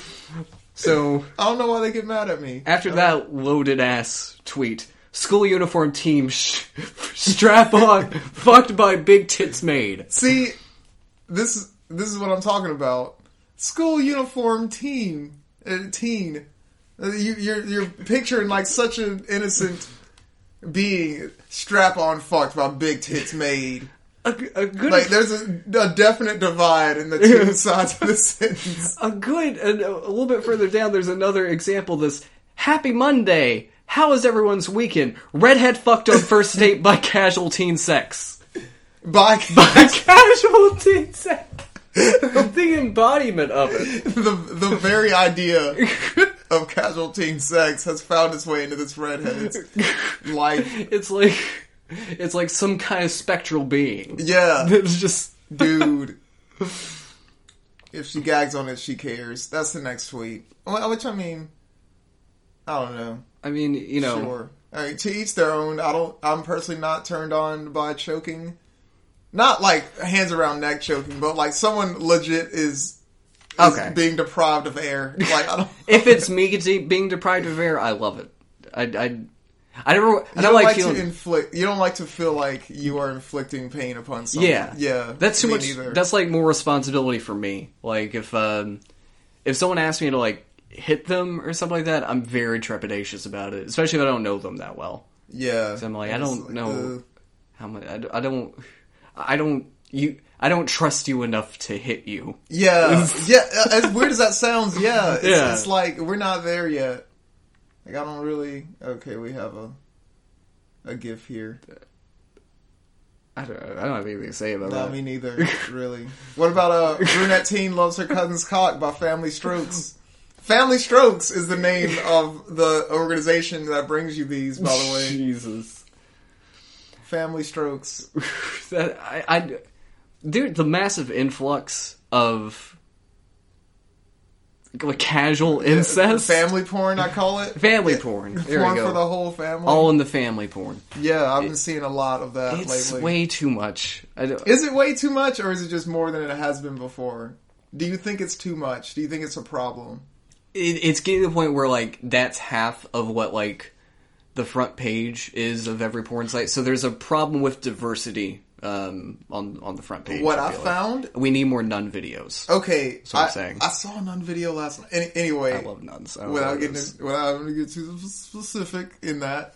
Speaker 1: So
Speaker 2: I don't know why they get mad at me.
Speaker 1: after that loaded ass tweet, school uniform team sh- strap on, fucked by big tits maid.
Speaker 2: See, this this is what I'm talking about. School uniform teen, uh, teen. Uh, You, you're you're picturing like such an innocent being strap on fucked by big tits made.
Speaker 1: A, g- a good
Speaker 2: Like there's a, a definite divide in the two sides of the sentence.
Speaker 1: a good and a a little bit further down there's another example this happy monday how is everyone's weekend redhead fucked on first date by casual teen sex
Speaker 2: By
Speaker 1: by casual teen sex the embodiment of it
Speaker 2: the the very idea of casual teen sex has found its way into this redhead's life.
Speaker 1: it's like it's like some kind of spectral being
Speaker 2: Yeah,
Speaker 1: it's just
Speaker 2: dude. If she gags on it, she cares. That's the next tweet. Wh- Which I mean, I don't know.
Speaker 1: i mean you know
Speaker 2: Sure. I mean, to each their own. I don't. I'm personally not turned on by choking. Not like hands around neck choking, but like someone legit is, is
Speaker 1: Okay.
Speaker 2: being deprived of air. Like I don't.
Speaker 1: if it's me de- being deprived of air i love it i i i never i
Speaker 2: you
Speaker 1: don't
Speaker 2: don't
Speaker 1: like,
Speaker 2: like
Speaker 1: feeling
Speaker 2: to inflict. You don't like to feel like you are inflicting pain upon someone.
Speaker 1: Yeah,
Speaker 2: yeah.
Speaker 1: That's too
Speaker 2: me
Speaker 1: much.
Speaker 2: neither.
Speaker 1: That's like more responsibility for me. Like if um, if someone asks me to like hit them or something like that, I'm very trepidatious about it, especially if I don't know them that well.
Speaker 2: yeah.
Speaker 1: I'm like, I
Speaker 2: It's
Speaker 1: don't know
Speaker 2: uh,
Speaker 1: how much. I, d- I don't. I don't. You. I don't trust you enough to hit you.
Speaker 2: yeah, yeah. uh, As weird as that sounds, yeah. It's,
Speaker 1: Yeah.
Speaker 2: it's like we're not there yet. Like I don't really. Okay, we have a a gif here.
Speaker 1: I don't. I don't have anything to say about
Speaker 2: No,
Speaker 1: that.
Speaker 2: me neither. Really. What about uh, brunette teen loves her cousin's cock by Family Strokes? Family Strokes is the name of the organization that brings you these. By the way,
Speaker 1: Jesus.
Speaker 2: Family Strokes.
Speaker 1: that I, I dude the massive influx of like casual incest,
Speaker 2: Family porn, I call it.
Speaker 1: family porn. There
Speaker 2: porn
Speaker 1: we go.
Speaker 2: for the whole family.
Speaker 1: All in the family porn.
Speaker 2: yeah, I've been seeing a lot of that
Speaker 1: It's
Speaker 2: lately.
Speaker 1: way too much. I don't,
Speaker 2: is it way too much, or is it just more than it has been before? Do you think it's too much? Do you think it's a problem?
Speaker 1: it, it's getting to the point where like that's half of what like the front page is of every porn site. So there's a problem with diversity um, on on the front page.
Speaker 2: What I
Speaker 1: feel like.
Speaker 2: found-
Speaker 1: we need more nun videos.
Speaker 2: Okay,
Speaker 1: what I'm
Speaker 2: I-
Speaker 1: saying.
Speaker 2: I saw a nun video last night. Any, anyway,
Speaker 1: I love nuns. I don't know
Speaker 2: without
Speaker 1: what it
Speaker 2: getting
Speaker 1: is.
Speaker 2: to, without having to get too specific in that,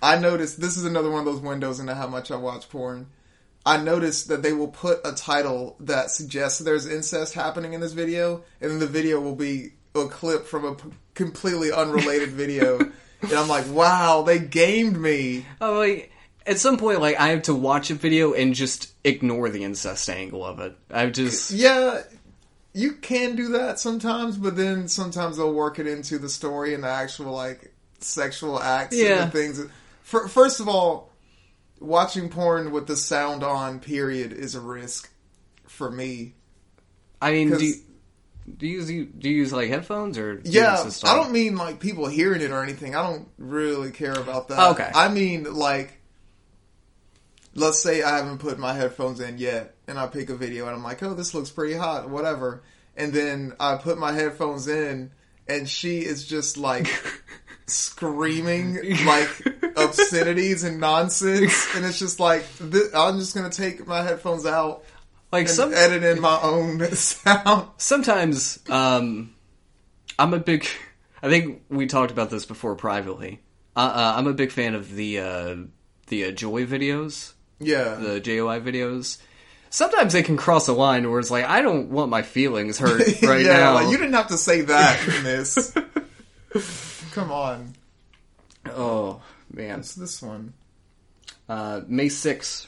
Speaker 2: I noticed this is another one of those windows into how much I watch porn. I noticed that they will put a title that suggests there's incest happening in this video, and then the video will be a clip from a p- completely unrelated video, and I'm like, wow, they gamed me.
Speaker 1: I'm Oh, like at some point like I have to watch a video and just ignore the incest angle of it. I've just
Speaker 2: Yeah, you can do that sometimes, but then sometimes they'll work it into the story and the actual like sexual acts
Speaker 1: Yeah.
Speaker 2: and the things. Fir- First of all, watching porn with the sound on period is a risk for me.
Speaker 1: I mean
Speaker 2: 'Cause-
Speaker 1: do you, do you use do you use like headphones or do you
Speaker 2: Yeah,
Speaker 1: insist
Speaker 2: I
Speaker 1: on-
Speaker 2: don't mean like people hearing it or anything. I don't really care about that.
Speaker 1: Oh, Okay.
Speaker 2: I mean like let's say I haven't put my headphones in yet and I pick a video and I'm like, "Oh, this looks pretty hot, whatever." And then I put my headphones in and she is just like screaming like obscenities and nonsense and it's just like th- I'm just going to take my headphones out
Speaker 1: like
Speaker 2: and
Speaker 1: some
Speaker 2: edit in my own sound.
Speaker 1: sometimes um, I'm a big. I think we talked about this before privately. Uh, uh, I'm a big fan of the uh, the uh, Joy videos,
Speaker 2: Yeah.
Speaker 1: the JOI videos. Sometimes they can cross a line where it's like, I don't want my feelings hurt right
Speaker 2: yeah,
Speaker 1: now.
Speaker 2: like, you didn't have to say that, miss. Come on.
Speaker 1: oh man,
Speaker 2: It's this one.
Speaker 1: uh, May 6th,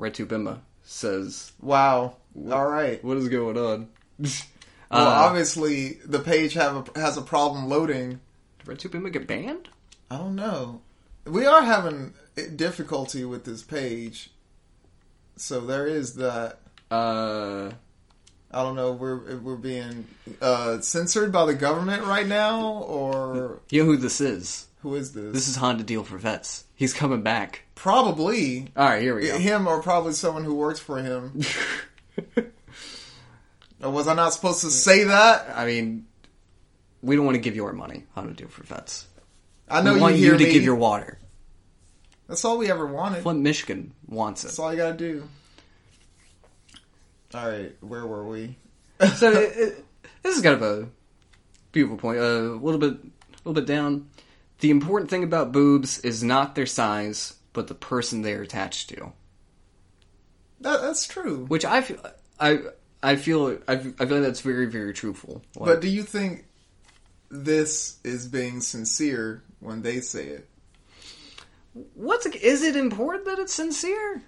Speaker 1: Retu Bimba says,
Speaker 2: Wow. All right.
Speaker 1: "What is going on?"
Speaker 2: Well,
Speaker 1: uh,
Speaker 2: obviously the page have a, has a problem loading.
Speaker 1: did Retu Bimba get banned?
Speaker 2: I don't know. We are having difficulty with this page. So there is that.
Speaker 1: Uh,
Speaker 2: I don't know if we're if we're being uh, censored by the government right now or
Speaker 1: you know who this is?
Speaker 2: who is this?
Speaker 1: This is Honda Deal for Vets. He's coming back.
Speaker 2: probably
Speaker 1: All right, here we go.
Speaker 2: him or probably someone who works for him. Or was I not supposed to say that?
Speaker 1: I mean, we don't want to give you our money. How to do for vets?
Speaker 2: I
Speaker 1: We
Speaker 2: know you
Speaker 1: want
Speaker 2: hear
Speaker 1: you to
Speaker 2: me.
Speaker 1: give your water.
Speaker 2: That's all we ever wanted.
Speaker 1: Flint, Michigan wants it.
Speaker 2: That's all you gotta do. All right, where were we?
Speaker 1: So it, it, this is kind of a beautiful point. A little bit, a little bit down. The important thing about boobs is not their size, but the person they are attached to.
Speaker 2: That, that's true.
Speaker 1: Which I feel, I, I feel, I, f- I feel like that's very, very truthful. Like,
Speaker 2: But do you think this is being sincere when they say it?
Speaker 1: what's is it important that it's sincere?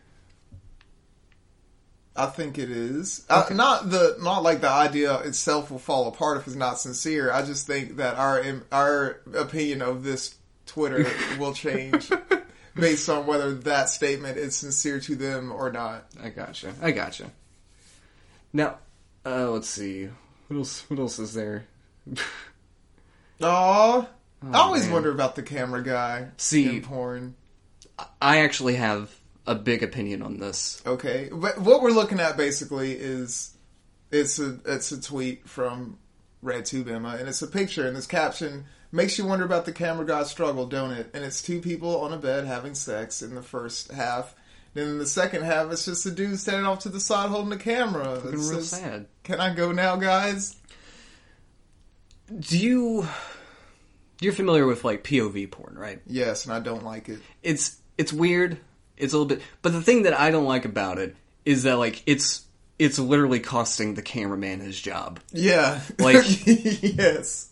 Speaker 2: I think it is. Uh, not the not like the idea itself will fall apart if it's not sincere. I just think that our im- our opinion of this Twitter will change based on whether that statement is sincere to them or not.
Speaker 1: I gotcha. I gotcha. Now, uh, let's see. What else? What else is there?
Speaker 2: Aw. I always
Speaker 1: Oh, man.
Speaker 2: wonder about the camera guy
Speaker 1: See-
Speaker 2: in porn.
Speaker 1: I actually have a big opinion on this.
Speaker 2: Okay, but what we're looking at basically is it's a it's a tweet from RedTube Emma, and it's a picture, and this caption makes you wonder about the camera guy's struggle, don't it? And it's two people on a bed having sex in the first half. Then in the second half, it's just a dude standing off to the side holding the camera.
Speaker 1: Fucking
Speaker 2: It's
Speaker 1: real
Speaker 2: just,
Speaker 1: sad.
Speaker 2: Can I go now, guys?
Speaker 1: Do you you're familiar with like POV porn, right?
Speaker 2: Yes, and I don't like it.
Speaker 1: It's it's weird. It's a little bit, but the thing that I don't like about it is that like it's it's literally costing the cameraman his job.
Speaker 2: Yeah,
Speaker 1: Like-
Speaker 2: yes,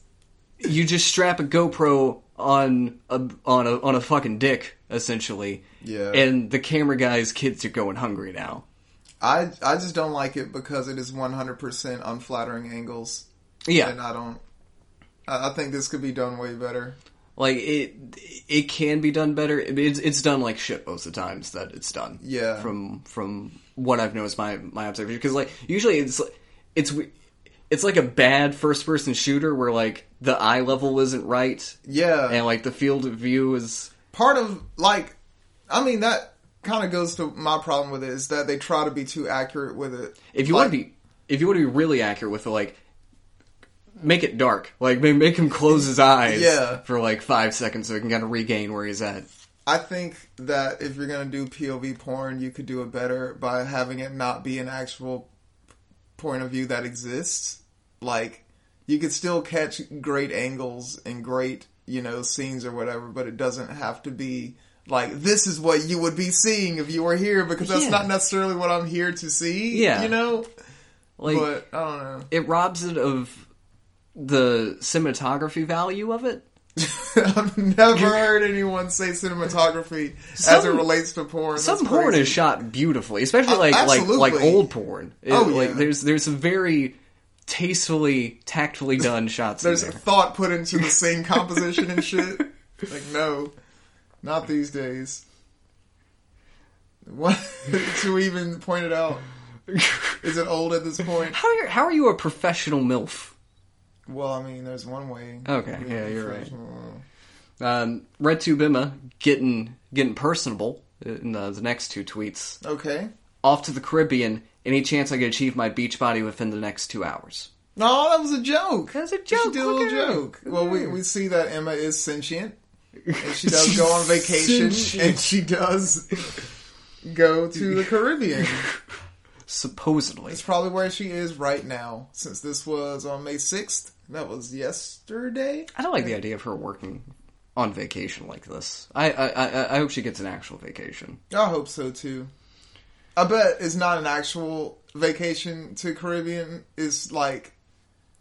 Speaker 1: You just strap a GoPro on a on a on a fucking dick essentially.
Speaker 2: Yeah.
Speaker 1: And the camera guy's kids are going hungry now.
Speaker 2: I I just don't like it because it is one hundred percent unflattering angles.
Speaker 1: Yeah.
Speaker 2: and I don't. I I think this could be done way better.
Speaker 1: like it it can be done better it's it's done like shit most of the times that it's done
Speaker 2: Yeah.
Speaker 1: from from what i've noticed my my observation because like usually it's it's we- it's like a bad first person shooter where like the eye level isn't right
Speaker 2: Yeah.
Speaker 1: and like the field of view is
Speaker 2: part of like I mean that kind of goes to my problem with it is that they try to be too accurate with it.
Speaker 1: if you
Speaker 2: Like,
Speaker 1: want to be if you want to be really accurate with it like make it dark like ma- make him close his eyes
Speaker 2: Yeah.
Speaker 1: for like five seconds so he can kind of regain where he's at
Speaker 2: I think that if you're gonna do POV porn, you could do it better by having it not be an actual point of view that exists. Like you could still catch great angles and great you know scenes or whatever, but it doesn't have to be like this is what you would be seeing if you were here because that's
Speaker 1: Yeah.
Speaker 2: not necessarily what I'm here to see.
Speaker 1: Yeah.
Speaker 2: you know.
Speaker 1: like
Speaker 2: But I don't know.
Speaker 1: it robs it of the cinematography value of it
Speaker 2: I've never heard anyone say cinematography as it
Speaker 1: Some-
Speaker 2: relates to porn.
Speaker 1: some
Speaker 2: That's
Speaker 1: porn
Speaker 2: crazy.
Speaker 1: is shot beautifully, especially
Speaker 2: Uh,
Speaker 1: like like like
Speaker 2: absolutely.
Speaker 1: old porn. It-
Speaker 2: Oh,
Speaker 1: like
Speaker 2: yeah.
Speaker 1: there's there's some very tastefully, tactfully done shots. in
Speaker 2: There's
Speaker 1: there.
Speaker 2: thought put into the same composition and shit. Like no, not these days. What to even point it out? Is it old at this point?
Speaker 1: How are you, how are you a professional milf?
Speaker 2: Well, I mean, there's one way.
Speaker 1: Okay, yeah, you're right. Um, Red Tube Emma getting getting personable in the, the next two tweets.
Speaker 2: Okay.
Speaker 1: Off to the Caribbean. Any chance I could achieve my beach body within the next two hours?
Speaker 2: No, that was a joke.
Speaker 1: That was a
Speaker 2: We should
Speaker 1: joke.
Speaker 2: do a
Speaker 1: Look
Speaker 2: little
Speaker 1: at her.
Speaker 2: joke. Well, we, we see that Emma is sentient. And she does go on vacation.
Speaker 1: Sentient.
Speaker 2: And she does go to the Caribbean.
Speaker 1: Supposedly.
Speaker 2: It's probably where she is right now. Since this was on May 6th. That was yesterday.
Speaker 1: I don't like the idea of her working on vacation like this. I I, I, I hope she gets an actual vacation.
Speaker 2: I hope so too. I bet it's not an actual vacation to Caribbean. It's like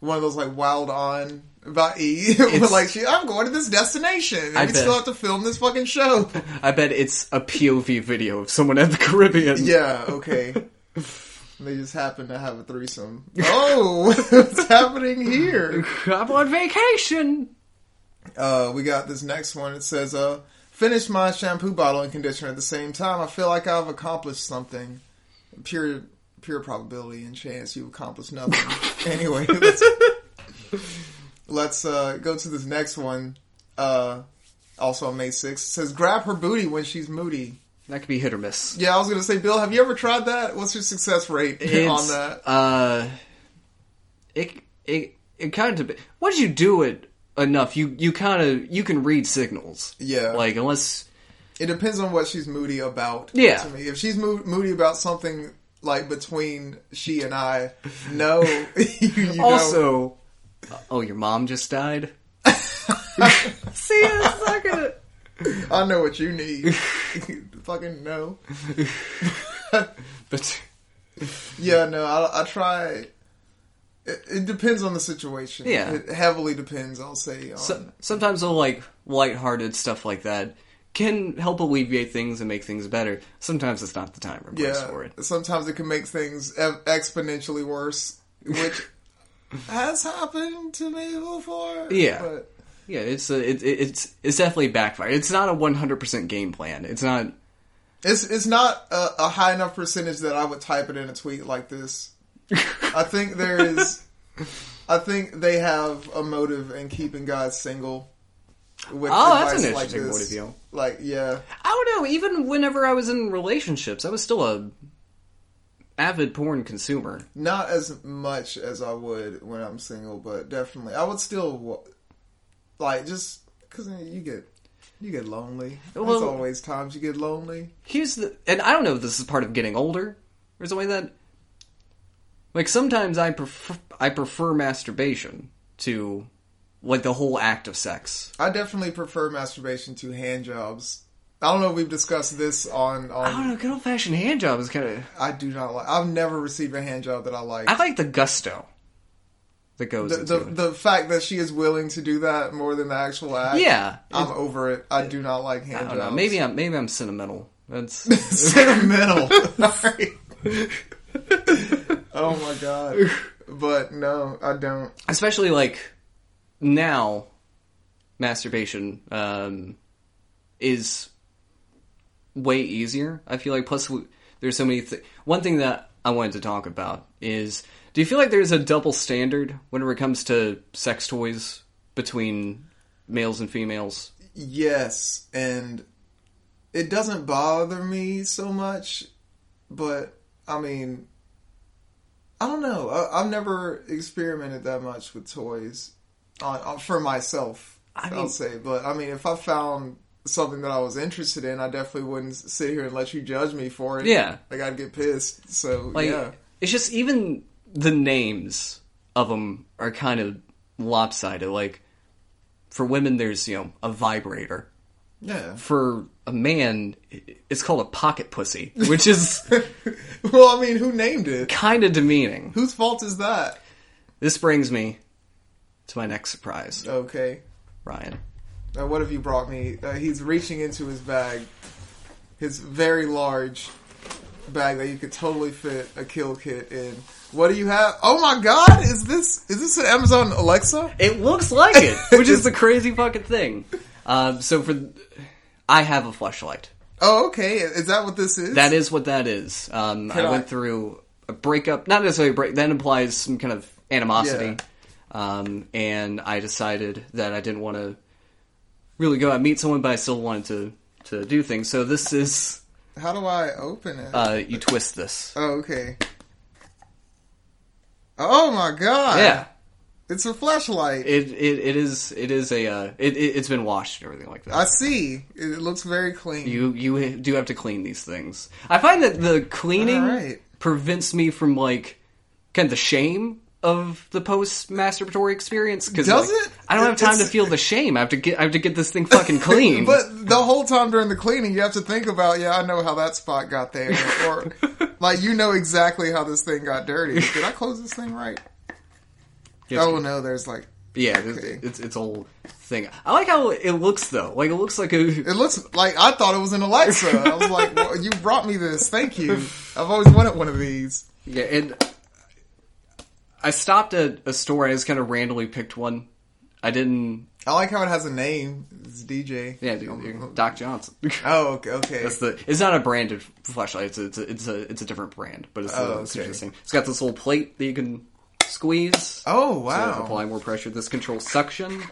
Speaker 2: one of those like wild on by E.
Speaker 1: It's-
Speaker 2: like she, I'm going to this destination. And
Speaker 1: I
Speaker 2: we
Speaker 1: bet.
Speaker 2: still have to film this fucking show.
Speaker 1: I bet it's a POV video of someone at the Caribbean.
Speaker 2: Yeah, okay. they just happen to have a threesome. Oh, what's happening here?
Speaker 1: I'm on vacation.
Speaker 2: Uh, we got this next one. It says, uh, finish my shampoo bottle and conditioner at the same time. I feel like I've accomplished something. Pure, pure probability and chance you accomplished nothing. anyway, let's, let's uh, go to this next one. Uh, also on May 6th. It says, grab her booty when she's moody.
Speaker 1: That could be hit or miss.
Speaker 2: Yeah, I was going to say, Bill, have you ever tried that? What's your success rate on
Speaker 1: It's,
Speaker 2: that?
Speaker 1: Uh, it it it kind of once you do it enough, you you kind of you can read signals.
Speaker 2: Yeah.
Speaker 1: Like unless
Speaker 2: It depends on what she's moody about.
Speaker 1: Yeah.
Speaker 2: To me, if she's mo- moody about something like between she and I, no. you, you don't.
Speaker 1: also, oh your mom just died. See, it's not gonna.
Speaker 2: I know what you need. Fucking no.
Speaker 1: But
Speaker 2: Yeah, no. I, I try. It, it depends on the situation.
Speaker 1: Yeah.
Speaker 2: It heavily depends. I'll say. On,
Speaker 1: so, sometimes the like lighthearted stuff like that can help alleviate things and make things better. Sometimes it's not the time or place
Speaker 2: yeah.
Speaker 1: for it.
Speaker 2: Sometimes it can make things e- exponentially worse, which has happened to me before.
Speaker 1: Yeah.
Speaker 2: But
Speaker 1: Yeah, it's a, it, it- it's it's definitely backfired. It's not a 100% game plan. It's not
Speaker 2: It's it's not a, a high enough percentage that I would type it in a tweet like this. I think there is. I think they have a motive in keeping guys single. With
Speaker 1: Oh, that's an
Speaker 2: advice like
Speaker 1: interesting
Speaker 2: this.
Speaker 1: point of view.
Speaker 2: Like, yeah,
Speaker 1: I don't know, even whenever I was in relationships, I was still a avid porn consumer.
Speaker 2: not as much as I would when I'm single, but definitely I would still wa- like just because you get you get lonely. There's
Speaker 1: Well-
Speaker 2: always times you get lonely.
Speaker 1: Here's the and I don't know if this is part of getting older or something like that. Like sometimes I prefer I prefer masturbation to like the whole act of sex.
Speaker 2: I definitely prefer masturbation to hand jobs. I don't know if we've discussed this on on
Speaker 1: I don't know, good old fashioned hand job is kind of
Speaker 2: I do not like. I've never received a hand job that I like.
Speaker 1: I like the gusto that goes
Speaker 2: the,
Speaker 1: into
Speaker 2: the, the fact that she is willing to do that more than the actual act.
Speaker 1: it. Yeah,
Speaker 2: I'm over it. I do not like hand
Speaker 1: I don't know.
Speaker 2: jobs.
Speaker 1: Maybe I'm maybe I'm sentimental. That's
Speaker 2: sentimental. oh my god! But no, I don't.
Speaker 1: especially like now masturbation um is way easier i feel like plus we, there's so many th- one thing that i wanted to talk about is Do you feel like there's a double standard whenever it comes to sex toys between males and females?
Speaker 2: Yes, and it doesn't bother me so much, but I mean, I don't know. I, I've never experimented that much with toys on, on for myself.
Speaker 1: I
Speaker 2: I
Speaker 1: mean-
Speaker 2: will say, but I mean, if I found something that I was interested in, I definitely wouldn't s- sit here and let you judge me for it.
Speaker 1: Yeah.
Speaker 2: like I'd get pissed. So
Speaker 1: Like,
Speaker 2: yeah,
Speaker 1: it's just even the names of them are kind of lopsided. Like, for women, there's, you know, a vibrator.
Speaker 2: yeah.
Speaker 1: For a man, i- it's called a pocket pussy, which is
Speaker 2: well, I mean, who named it?
Speaker 1: kind of demeaning.
Speaker 2: Whose fault is that?
Speaker 1: This brings me to my next surprise,
Speaker 2: Okay.
Speaker 1: Ryan.
Speaker 2: Now, what have you brought me? Uh, he's reaching into his bag, his very large bag that you could totally fit a kill kit in. What do you have? Oh my God! Is this is this an Amazon Alexa?
Speaker 1: It looks like it, which is the crazy fucking thing. Um, so for, th- I have a flashlight.
Speaker 2: Oh, okay. Is that what this is?
Speaker 1: That is what that is. Um, I
Speaker 2: Can
Speaker 1: went
Speaker 2: I-
Speaker 1: through a breakup, not necessarily a break. That implies some kind of animosity.
Speaker 2: Yeah.
Speaker 1: Um, and I decided that I didn't want to really go out and meet someone, but I still wanted to to do things. So this is
Speaker 2: How do I open it?
Speaker 1: uh, you twist this.
Speaker 2: oh, okay. Oh my God!
Speaker 1: Yeah,
Speaker 2: it's a flashlight.
Speaker 1: it, it it is it is a uh, it, it it's been washed and everything like that.
Speaker 2: I see. It it looks very clean.
Speaker 1: You you do have to clean these things. I find that the cleaning
Speaker 2: All right.
Speaker 1: prevents me from like kind of the shame of the post masturbatory experience. Cause,
Speaker 2: Does
Speaker 1: like,
Speaker 2: it?
Speaker 1: I don't have time to
Speaker 2: It's-
Speaker 1: feel the shame. I have to get I have to get this thing fucking clean.
Speaker 2: But the whole time during the cleaning, you have to think about, yeah, I know how that spot got there, or like you know exactly how this thing got dirty. Did I close this thing right?
Speaker 1: Yes.
Speaker 2: oh no, there's like
Speaker 1: yeah, it's
Speaker 2: Okay.
Speaker 1: it's it's a whole thing. I like how it looks though. Like it looks like a
Speaker 2: it looks like I thought it was an Alexa. I was like, well, you brought me this, thank you. I've always wanted one of these.
Speaker 1: yeah. And I stopped at a store. and I just kind of randomly picked one. I didn't.
Speaker 2: I like how it has a name. It's DJ.
Speaker 1: Yeah, Doc Johnson.
Speaker 2: Oh, okay. okay.
Speaker 1: It's the it's not a branded flashlight. It's a, it's a, it's a it's a different brand, but it's, the,
Speaker 2: Oh,
Speaker 1: it's
Speaker 2: okay.
Speaker 1: interesting. It's got this little plate that you can squeeze.
Speaker 2: oh
Speaker 1: to
Speaker 2: wow!
Speaker 1: apply more pressure. This controls suction.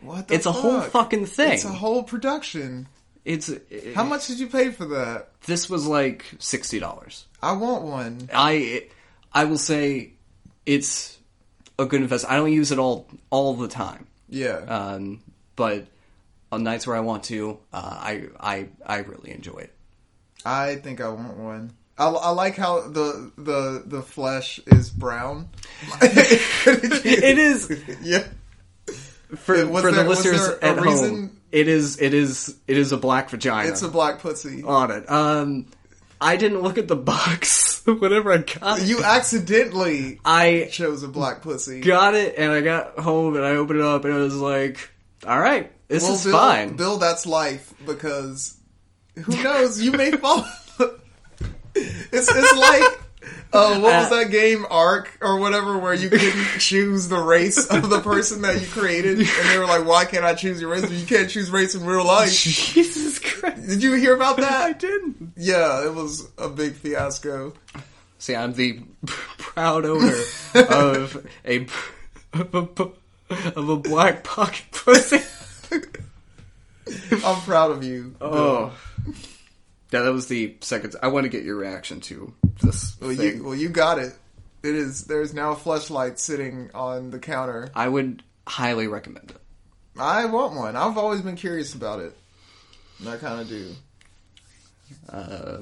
Speaker 2: what the
Speaker 1: It's a whole
Speaker 2: fuck?
Speaker 1: fucking thing.
Speaker 2: It's a whole production.
Speaker 1: It's
Speaker 2: How much did you pay for that?
Speaker 1: This was like sixty dollars.
Speaker 2: I want one.
Speaker 1: I I will say it's a good investment. I don't use it all all the time,
Speaker 2: Yeah.
Speaker 1: um, but on nights where I want to, uh, I I I really enjoy it.
Speaker 2: I think I want one. I, I like how the the the flesh is brown.
Speaker 1: It is.
Speaker 2: yeah.
Speaker 1: for,
Speaker 2: Yeah, was
Speaker 1: for
Speaker 2: there-
Speaker 1: the
Speaker 2: was
Speaker 1: listeners
Speaker 2: there a
Speaker 1: at home,
Speaker 2: reason-
Speaker 1: it is it is it is a black vagina
Speaker 2: It's a black pussy.
Speaker 1: on it. Um, I didn't look at the box whenever I got it.
Speaker 2: Uh, You accidentally
Speaker 1: I
Speaker 2: chose a black pussy.
Speaker 1: got it and I got home and I opened it up and I was like, "All right, this
Speaker 2: Well,
Speaker 1: is
Speaker 2: Bill,
Speaker 1: fine."
Speaker 2: Bill, that's life because who knows? You may fall. it's it's like. Uh, what was
Speaker 1: Uh,
Speaker 2: that game Arc or whatever where you couldn't choose the race of the person that you created, and they were like, "Why can't I choose your race? You can't choose race in real life."
Speaker 1: Jesus Christ!
Speaker 2: Did you hear about that?
Speaker 1: I didn't.
Speaker 2: Yeah, it was a big fiasco.
Speaker 1: See, I'm the proud owner of a of a of a black pocket pussy.
Speaker 2: I'm proud of you.
Speaker 1: Oh. Yeah, that was the second. I want to get your reaction to this
Speaker 2: well,
Speaker 1: thing.
Speaker 2: you well you got it. It is there's now a flashlight sitting on the counter.
Speaker 1: I would highly recommend it.
Speaker 2: I want one. I've always been curious about it. And I kind of do.
Speaker 1: Uh,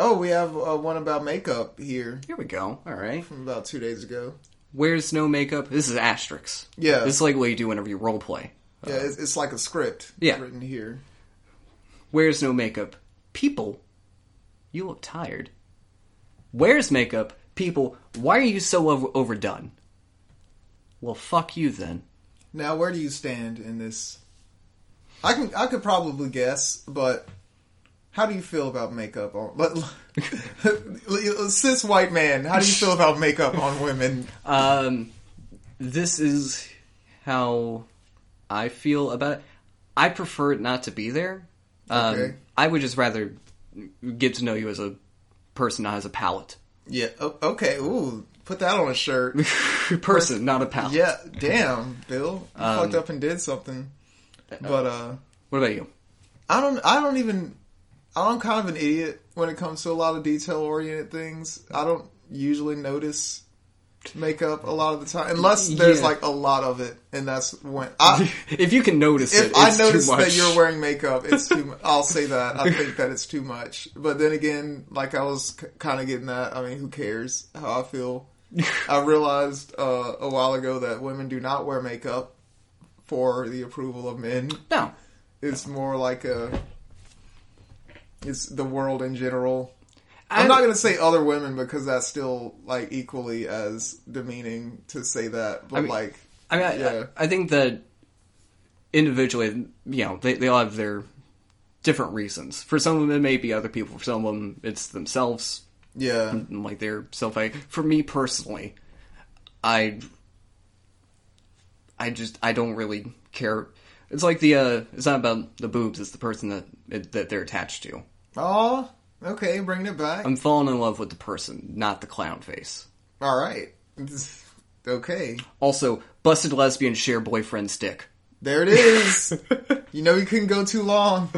Speaker 2: Oh, we have uh, one about makeup here
Speaker 1: here we go. All right.
Speaker 2: from about two days ago.
Speaker 1: Where's no makeup? This is asterisks.
Speaker 2: Yeah,
Speaker 1: This is like what you do whenever you role play.
Speaker 2: yeah. It's, it's like a script.
Speaker 1: Yeah.
Speaker 2: written here.
Speaker 1: Where's no makeup? People, you look tired. Where's makeup? People, why are you so over- overdone? Well, fuck you then.
Speaker 2: Now, where do you stand in this? I can I could probably guess, but how do you feel about makeup on? But, cis white man, how do you feel about makeup on women?
Speaker 1: Um, this is how I feel about it. I prefer it not to be there. Um,
Speaker 2: Okay.
Speaker 1: I would just rather get to know you as a person, not as a palette.
Speaker 2: Yeah. o- Okay. Ooh, Put that on a shirt.
Speaker 1: Person, not a pal.
Speaker 2: yeah, damn, Bill, you fucked up and did something. But Um, uh,
Speaker 1: What about you?
Speaker 2: I don't. I don't even. I'm kind of an idiot when it comes to a lot of detail-oriented things. I don't usually notice makeup a lot of the time, unless there's
Speaker 1: Yeah.
Speaker 2: like a lot of it, and that's when I.
Speaker 1: If you can notice it,
Speaker 2: If
Speaker 1: it's
Speaker 2: I notice
Speaker 1: too much.
Speaker 2: that you're wearing makeup, it's too. mu- I'll say that I think that it's too much. But then again, like I was c- kind of getting that. I mean, who cares how I feel? I realized uh, a while ago that women do not wear makeup for the approval of men.
Speaker 1: no,
Speaker 2: It's more like a. It's the world in general.
Speaker 1: I-
Speaker 2: I'm not gonna say other women because that's still like equally as demeaning to say that, but
Speaker 1: mean-
Speaker 2: like
Speaker 1: I mean, I,
Speaker 2: Yeah.
Speaker 1: I, I think that individually, you know, they, they all have their different reasons. For some of them, it may be other people. For some of them, it's themselves,
Speaker 2: yeah,
Speaker 1: and, like their self. For me personally, I, I just I don't really care. It's like the uh, it's not about the boobs. It's the person that that they're attached to.
Speaker 2: oh okay, bringing it back.
Speaker 1: I'm falling in love with the person, not the clown face.
Speaker 2: All right, okay,
Speaker 1: Also, busted lesbian share boyfriend's dick.
Speaker 2: there it is. you know you couldn't go too long.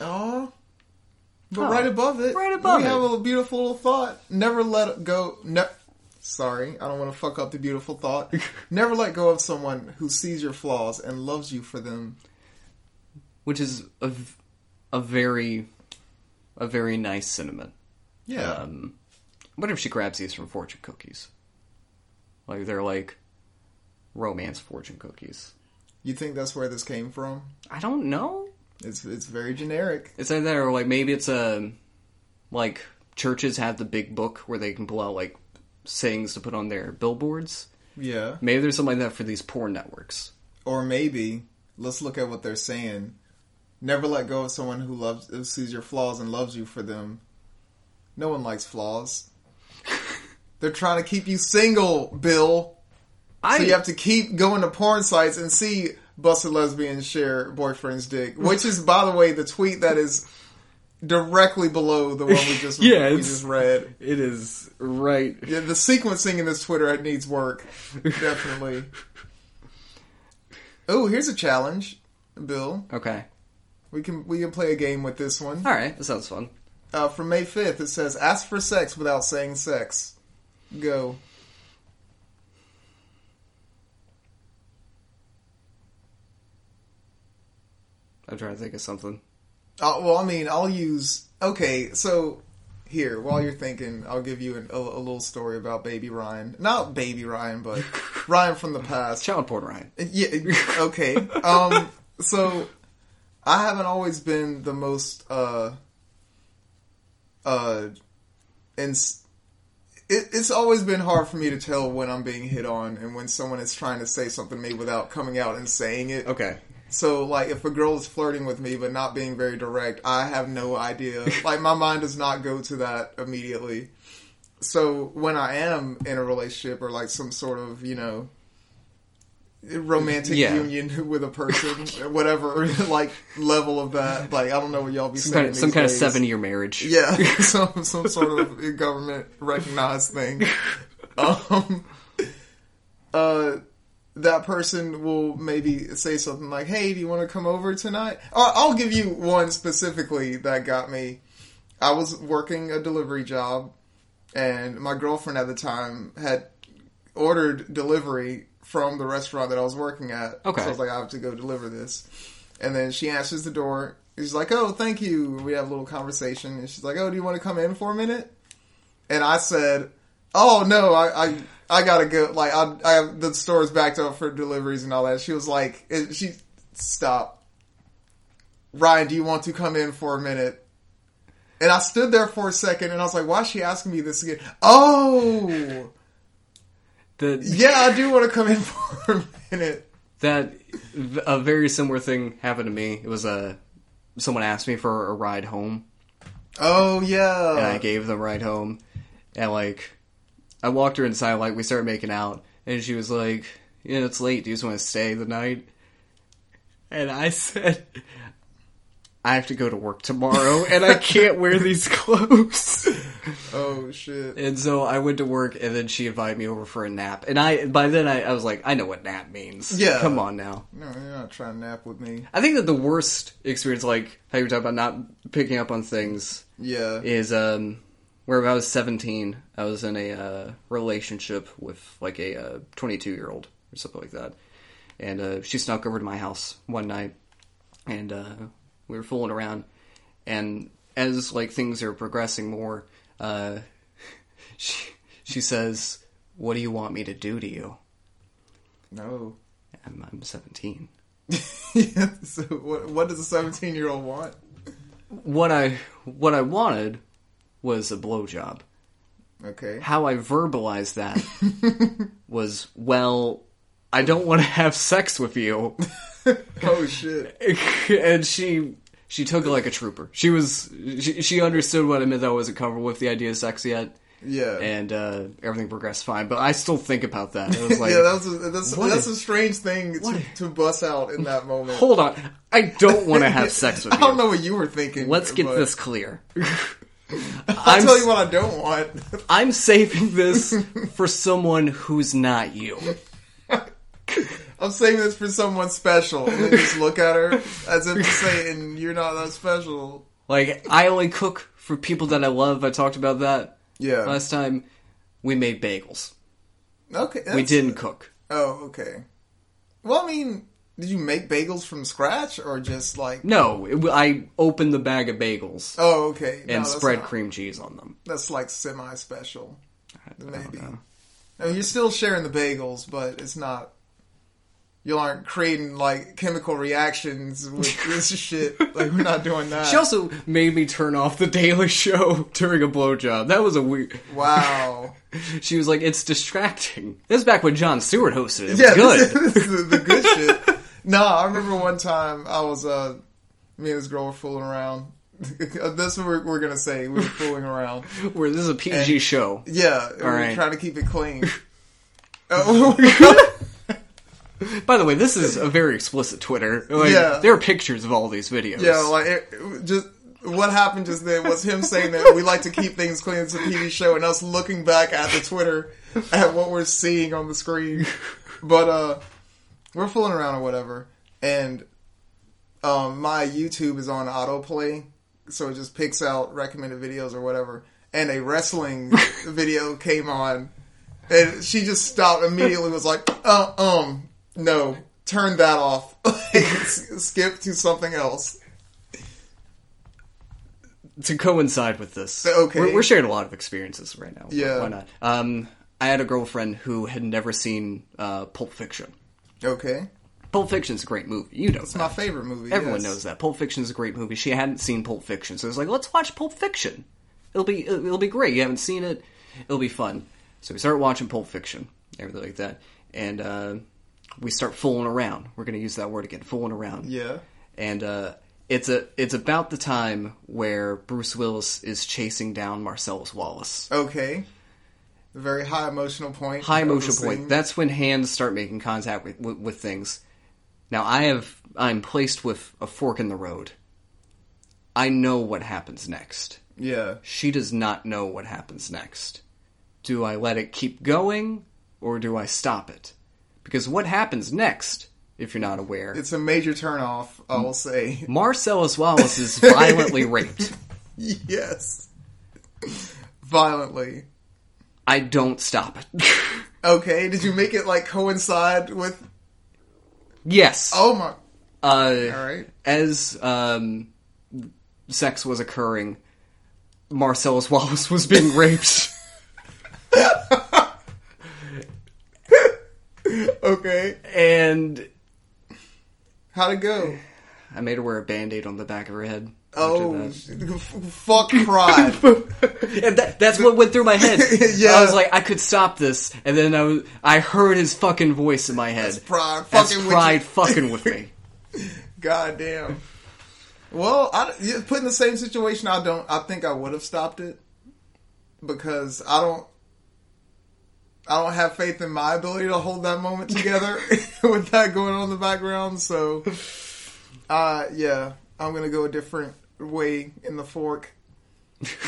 Speaker 2: Oh. But
Speaker 1: Oh,
Speaker 2: right above it,
Speaker 1: right above
Speaker 2: we have
Speaker 1: it.
Speaker 2: a beautiful little thought. Never let go. Ne- Sorry, I don't want to fuck up the beautiful thought. Never let go of someone who sees your flaws and loves you for them.
Speaker 1: which is a, v- a very a very nice cinnamon.
Speaker 2: Yeah,
Speaker 1: Um, what if she grabs these from fortune cookies? Like they're like romance fortune cookies.
Speaker 2: you think that's where this came from?
Speaker 1: I don't know.
Speaker 2: It's it's very generic.
Speaker 1: It's either that or like maybe it's a like churches have the big book where they can pull out like sayings to put on their billboards.
Speaker 2: Yeah,
Speaker 1: Maybe there's something like that for these porn networks.
Speaker 2: or maybe let's look at what they're saying. Never let go of someone who loves who sees your flaws and loves you for them. No one likes flaws. they're trying to keep you single, Bill.
Speaker 1: I
Speaker 2: So you have to keep going to porn sites and see busted lesbians share boyfriend's dick, which is, by the way, the tweet that is directly below the one we just
Speaker 1: Yeah,
Speaker 2: we
Speaker 1: it's-
Speaker 2: just read.
Speaker 1: it is right.
Speaker 2: Yeah, the sequencing in this Twitter ad needs work, definitely. oh, here's a challenge, Bill.
Speaker 1: Okay.
Speaker 2: We can we can play a game with this one.
Speaker 1: All right. That sounds fun.
Speaker 2: Uh, from May fifth, it says, "Ask for sex without saying sex." Go.
Speaker 1: I'm trying to think of something.
Speaker 2: Uh, well, I mean, I'll use. Okay, so here, while you're thinking, I'll give you an, a, a little story about Baby Ryan. Not Baby Ryan, but Ryan from the past.
Speaker 1: Child porn, Ryan.
Speaker 2: Yeah. Okay. Um. So, I haven't always been the most uh. Uh, and it, it's always been hard for me to tell when I'm being hit on and when someone is trying to say something to me without coming out and saying it.
Speaker 1: Okay.
Speaker 2: So, like, if a girl is flirting with me but not being very direct, I have no idea. like, my mind does not go to that immediately. So, when I am in a relationship or like some sort of, you know, romantic
Speaker 1: Yeah.
Speaker 2: union with a person, whatever, like, level of that, like, I don't know what y'all be
Speaker 1: Some
Speaker 2: saying.
Speaker 1: kind of, some
Speaker 2: these
Speaker 1: kind of
Speaker 2: days.
Speaker 1: seven year marriage.
Speaker 2: Yeah, some some sort of government recognized thing. Um, uh, that person will maybe say something like, "Hey, do you want to come over tonight?" Or I'll give you one specifically that got me. I was working a delivery job, and my girlfriend at the time had ordered delivery from the restaurant that I was working at.
Speaker 1: Okay.
Speaker 2: So I was like, I have to go deliver this. And then she answers the door. She's like, Oh, thank you. We have a little conversation. And she's like, Oh, do you want to come in for a minute? And I said, Oh, no, I. I I gotta go. Like, I, I have the store's backed up for deliveries and all that. She was like, it, "She stop, Ryan. Do you want to come in for a minute?" And I stood there for a second, and I was like, "Why is she asking me this again?" Oh,
Speaker 1: The,
Speaker 2: yeah, I do want to come in for a minute.
Speaker 1: that a very similar thing happened to me. It was uh, someone asked me for a ride home,
Speaker 2: Oh yeah.
Speaker 1: and I gave them a ride home, and like I walked her inside. Like we started making out, and she was like, "You know, it's late. Do you just want to stay the night?" And I said, I have to go to work tomorrow and I can't wear these clothes.
Speaker 2: Oh shit.
Speaker 1: And so I went to work and then she invited me over for a nap. And I by then I, I was like, I know what nap means.
Speaker 2: Yeah.
Speaker 1: Come on now.
Speaker 2: No, you're not trying to nap with me.
Speaker 1: I think that the worst experience, like how you were talking about not picking up on things,
Speaker 2: Yeah.
Speaker 1: is um, where I was 17, I was in a uh, relationship with like a 22 year old or something like that, and uh, she snuck over to my house one night, and uh, we were fooling around, and as like things are progressing more, uh, she she says, "What do you want me to do to you?"
Speaker 2: No.
Speaker 1: I'm, I'm 17.
Speaker 2: so what, what does a 17 year old want?
Speaker 1: what I what I wanted was a blowjob.
Speaker 2: Okay.
Speaker 1: How I verbalized that was, well, I don't want to have sex with you.
Speaker 2: oh shit.
Speaker 1: and she she took it like a trooper. She was she, she understood what I meant. That I wasn't comfortable with the idea of sex yet,
Speaker 2: Yeah.
Speaker 1: and uh, everything progressed fine. But I still think about that. I was like,
Speaker 2: yeah, that's a, that's,
Speaker 1: what
Speaker 2: that's
Speaker 1: is-
Speaker 2: a strange thing to,
Speaker 1: what-
Speaker 2: to bust out in that moment.
Speaker 1: hold on, I don't want to have sex with
Speaker 2: I
Speaker 1: you.
Speaker 2: don't know what you were thinking.
Speaker 1: Let's get
Speaker 2: but
Speaker 1: this clear.
Speaker 2: I'll
Speaker 1: I'm
Speaker 2: tell you what I don't want.
Speaker 1: I'm saving this for someone who's not you.
Speaker 2: I'm saving this for someone special. And then just look at her as if to say, "And you're not that special."
Speaker 1: Like, I only cook for people that I love. I talked about that
Speaker 2: Yeah.
Speaker 1: last time. We made bagels.
Speaker 2: okay.
Speaker 1: We
Speaker 2: that's-
Speaker 1: didn't cook.
Speaker 2: Oh, okay. Well, I mean, did you make bagels from scratch or just like?
Speaker 1: No, it, I opened the bag of bagels
Speaker 2: Oh, okay. No,
Speaker 1: and
Speaker 2: that's
Speaker 1: spread
Speaker 2: not-
Speaker 1: cream cheese on them.
Speaker 2: That's like semi-special,
Speaker 1: I don't
Speaker 2: maybe.
Speaker 1: know.
Speaker 2: I mean, you're still sharing the bagels, but it's not. You aren't creating like chemical reactions with this shit. Like we're not doing that.
Speaker 1: She also made me turn off the Daily Show during a blowjob. That was a weird.
Speaker 2: wow.
Speaker 1: She was like, "It's distracting." This is back when John Stewart hosted. It was
Speaker 2: Yeah,
Speaker 1: good.
Speaker 2: this is- this is the good shit. No, I remember one time I was uh, me and this girl were fooling around. That's what we're, we're gonna say. We were fooling around.
Speaker 1: Where this is a PG show.
Speaker 2: Yeah, we
Speaker 1: right.
Speaker 2: we're trying to keep it clean. Oh,
Speaker 1: By the way, this is a very explicit Twitter. Like,
Speaker 2: Yeah.
Speaker 1: There are pictures of all these videos.
Speaker 2: yeah, like it, it- just what happened just then was him saying that we like to keep things clean. It's a TV show, and us looking back at the Twitter at what we're seeing on the screen. But uh, we're fooling around or whatever, and um, my YouTube is on autoplay, so it just picks out recommended videos or whatever. And a wrestling video came on, and she just stopped immediately. and Was like, uh, um, no, turn that off. S- Skip to something else.
Speaker 1: to coincide with this,
Speaker 2: Okay.
Speaker 1: we're, we're sharing a lot of experiences right now.
Speaker 2: Yeah.
Speaker 1: why not? Um, I had a girlfriend who had never seen uh, Pulp Fiction.
Speaker 2: Okay,
Speaker 1: Pulp Fiction's a great movie. You know
Speaker 2: it's
Speaker 1: that.
Speaker 2: my favorite movie.
Speaker 1: Everyone
Speaker 2: yes.
Speaker 1: knows that. Pulp Fiction's a great movie. She hadn't seen Pulp Fiction, so it was like, let's watch Pulp Fiction. It'll be uh, it'll be great. You haven't seen it. It'll be fun. So we start watching Pulp Fiction, everything like that, and uh, we start fooling around. We're going to use that word again, fooling around.
Speaker 2: Yeah.
Speaker 1: and uh, it's a it's about the time where Bruce Willis is chasing down Marcellus Wallace.
Speaker 2: Okay, a very high emotional point.
Speaker 1: High
Speaker 2: of the
Speaker 1: emotion point.
Speaker 2: scene.
Speaker 1: That's when hands start making contact with, with, with things. Now I have I'm placed with a fork in the road. I know what happens next.
Speaker 2: yeah,
Speaker 1: She does not know what happens next. Do I let it keep going or do I stop it? Because what happens next, if you're not aware,
Speaker 2: it's a major turnoff. I will say
Speaker 1: Marcellus Wallace is violently raped.
Speaker 2: yes, violently.
Speaker 1: I don't stop it.
Speaker 2: Okay, did you make it like coincide with?
Speaker 1: yes.
Speaker 2: Oh my!
Speaker 1: Uh,
Speaker 2: All right.
Speaker 1: As um, sex was occurring, Marcellus Wallace was being raped.
Speaker 2: Okay,
Speaker 1: and
Speaker 2: how'd it go?
Speaker 1: I made her wear a band aid on the back of her head.
Speaker 2: Oh,
Speaker 1: after
Speaker 2: sh- f- fuck pride.
Speaker 1: that. and that, that's what went through my head.
Speaker 2: Yeah.
Speaker 1: I was like, I could stop this, and then I, was, I heard his fucking voice in my head. That's
Speaker 2: pride fucking with
Speaker 1: pride
Speaker 2: you.
Speaker 1: fucking with me.
Speaker 2: God damn. Well, I, yeah, put in the same situation, I don't. I think I would have stopped it because I don't. I don't have faith in my ability to hold that moment together with that going on in the background. So, uh, yeah, I'm gonna go a different way in the fork.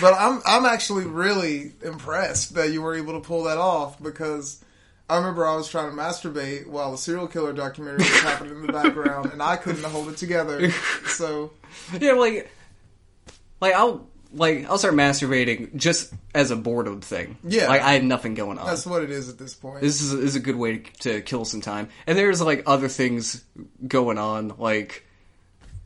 Speaker 2: but I'm I'm actually really impressed that you were able to pull that off because I remember I was trying to masturbate while a serial killer documentary was happening in the background and I couldn't hold it together. So
Speaker 1: Yeah, like, like I'll like I'll start masturbating just as a boredom thing.
Speaker 2: Yeah.
Speaker 1: like I had nothing going on.
Speaker 2: that's what it is at this point.
Speaker 1: this is is a good way to, to kill some time. And there's like other things going on, like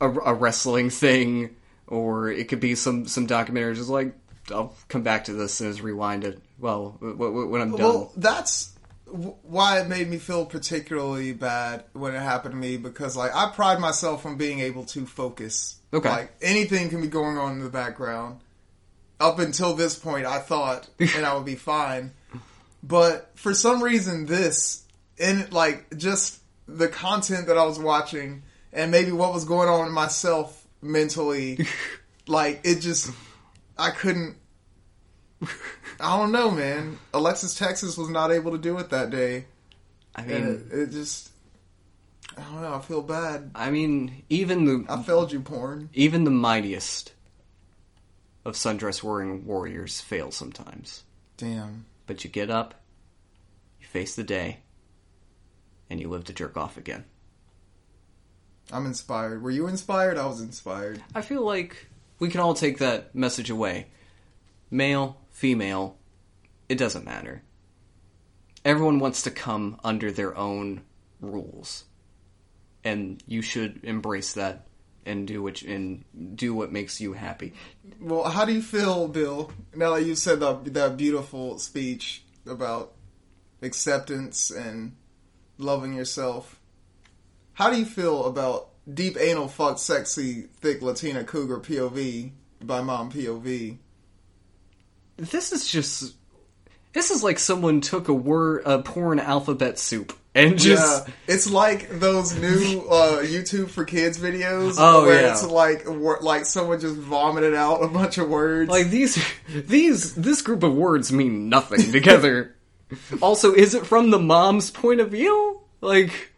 Speaker 1: a, a wrestling thing, or it could be some some documentaries. It's like I'll come back to this and just rewind it. Well, w- w- when I'm done.
Speaker 2: Well, that's w- why it made me feel particularly bad when it happened to me because, like, I pride myself on being able to focus.
Speaker 1: Okay.
Speaker 2: Like, anything can be going on in the background. Up until this point, I thought, and I would be fine. But for some reason, this, and like, just the content that I was watching and maybe what was going on in myself mentally, like, it just, I couldn't I don't know, man. Alexis Texas was not able to do it that day,
Speaker 1: I mean,
Speaker 2: and it, it just. I don't know. I feel bad.
Speaker 1: I mean, even the
Speaker 2: I failed you, porn.
Speaker 1: even the mightiest of sundress wearing warriors fail sometimes.
Speaker 2: Damn.
Speaker 1: But you get up, you face the day, and you live to jerk off again.
Speaker 2: I'm inspired. Were you inspired? I was inspired.
Speaker 1: I feel like we can all take that message away. Male, female, it doesn't matter. Everyone wants to come under their own rules. And you should embrace that and do what and do what makes you happy.
Speaker 2: Well, how do you feel, Bill? Now that you said that that beautiful speech about acceptance and loving yourself, how do you feel about deep anal fuck sexy thick Latina cougar POV by Mom POV?
Speaker 1: This is just this is like someone took a word a porn alphabet soup and just
Speaker 2: yeah, it's like those new uh, YouTube for kids videos
Speaker 1: Oh,
Speaker 2: where
Speaker 1: yeah.
Speaker 2: it's like wor- like someone just vomited out a bunch of words.
Speaker 1: Like these, these, this group of words mean nothing together. also, is it from the mom's point of view? Like,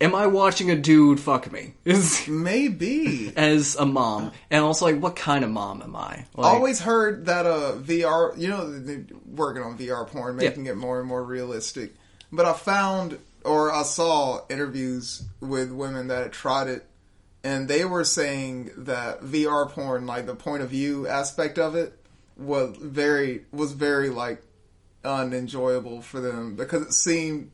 Speaker 1: am I watching a dude fuck me? Is
Speaker 2: maybe.
Speaker 1: as a mom, and also like, what kind of mom am I? Like,
Speaker 2: Always heard that uh VR, you know, they're working on VR porn, making it more and more realistic. But I found or I saw interviews with women that had tried it, and they were saying that VR porn, like the point of view aspect of it, was very was very like unenjoyable for them because it seemed.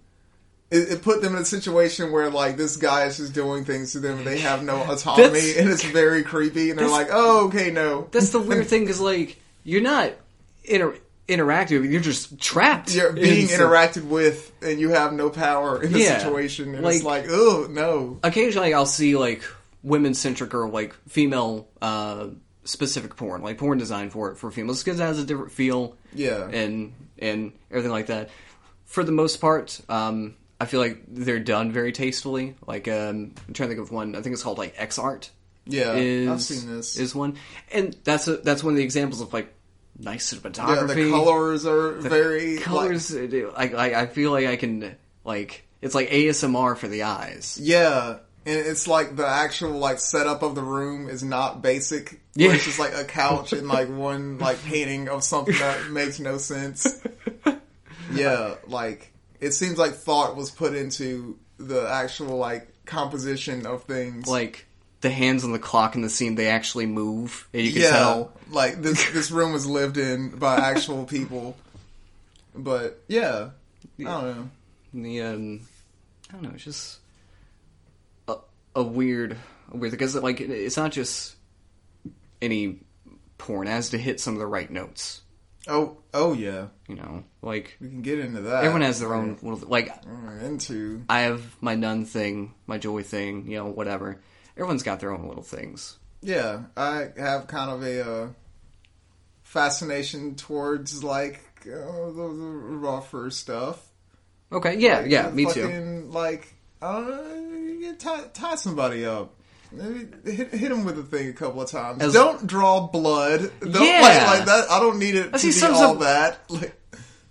Speaker 2: It it put them in a situation where, like, this guy is just doing things to them, and they have no autonomy,
Speaker 1: That's-
Speaker 2: and it's very creepy. And they're like, "Oh, okay, no."
Speaker 1: that's the weird thing because like you're not inter- interactive; you're just trapped.
Speaker 2: you're being
Speaker 1: in-
Speaker 2: interacted with and you have no power in the
Speaker 1: Yeah.
Speaker 2: situation and it's
Speaker 1: Like-
Speaker 2: like oh no
Speaker 1: occasionally I'll see like women centric or like female uh, specific porn, like porn designed for for females because it has a different feel,
Speaker 2: Yeah.
Speaker 1: and and everything like that. For the most part, um, I feel like they're done very tastefully. Like um, I'm trying to think of one. I think it's called like X Art.
Speaker 2: Yeah, I've
Speaker 1: is,
Speaker 2: seen this.
Speaker 1: Is one, and that's a, that's one of the examples of like nice
Speaker 2: yeah,
Speaker 1: cinematography
Speaker 2: the colors are very like-
Speaker 1: colors. it- I, I I feel like I can like it's like ASMR for the eyes.
Speaker 2: yeah and it's like the actual like setup of the room is not basic
Speaker 1: Yeah.
Speaker 2: yeah it's just like a couch and like one like painting of something that makes no sense yeah like it seems like thought was put into the actual like composition of things
Speaker 1: like the hands on the clock in the scene they actually move and you can
Speaker 2: yeah,
Speaker 1: tell
Speaker 2: like this this room was lived in by actual people. But yeah, I don't know.
Speaker 1: the um i don't know it's just a, a weird a weird because like it- it's not just any porn it has to hit some of the right notes
Speaker 2: Oh, oh yeah,
Speaker 1: you know like
Speaker 2: we can get into that.
Speaker 1: everyone has their own little like
Speaker 2: We're into
Speaker 1: i have my nun thing my joy thing you know whatever everyone's got their own little things
Speaker 2: yeah. I have kind of a uh, fascination towards like uh, the, the rougher stuff.
Speaker 1: okay yeah
Speaker 2: Like,
Speaker 1: yeah
Speaker 2: the
Speaker 1: me too
Speaker 2: fucking, Like I don't know, you tie, tie somebody up. Maybe Hit, hit him with a thing a couple of times.
Speaker 1: As-
Speaker 2: don't draw blood. Don't,
Speaker 1: Yeah.
Speaker 2: like, like that. I don't need it to
Speaker 1: see,
Speaker 2: be
Speaker 1: some-
Speaker 2: all
Speaker 1: some-
Speaker 2: that. Like,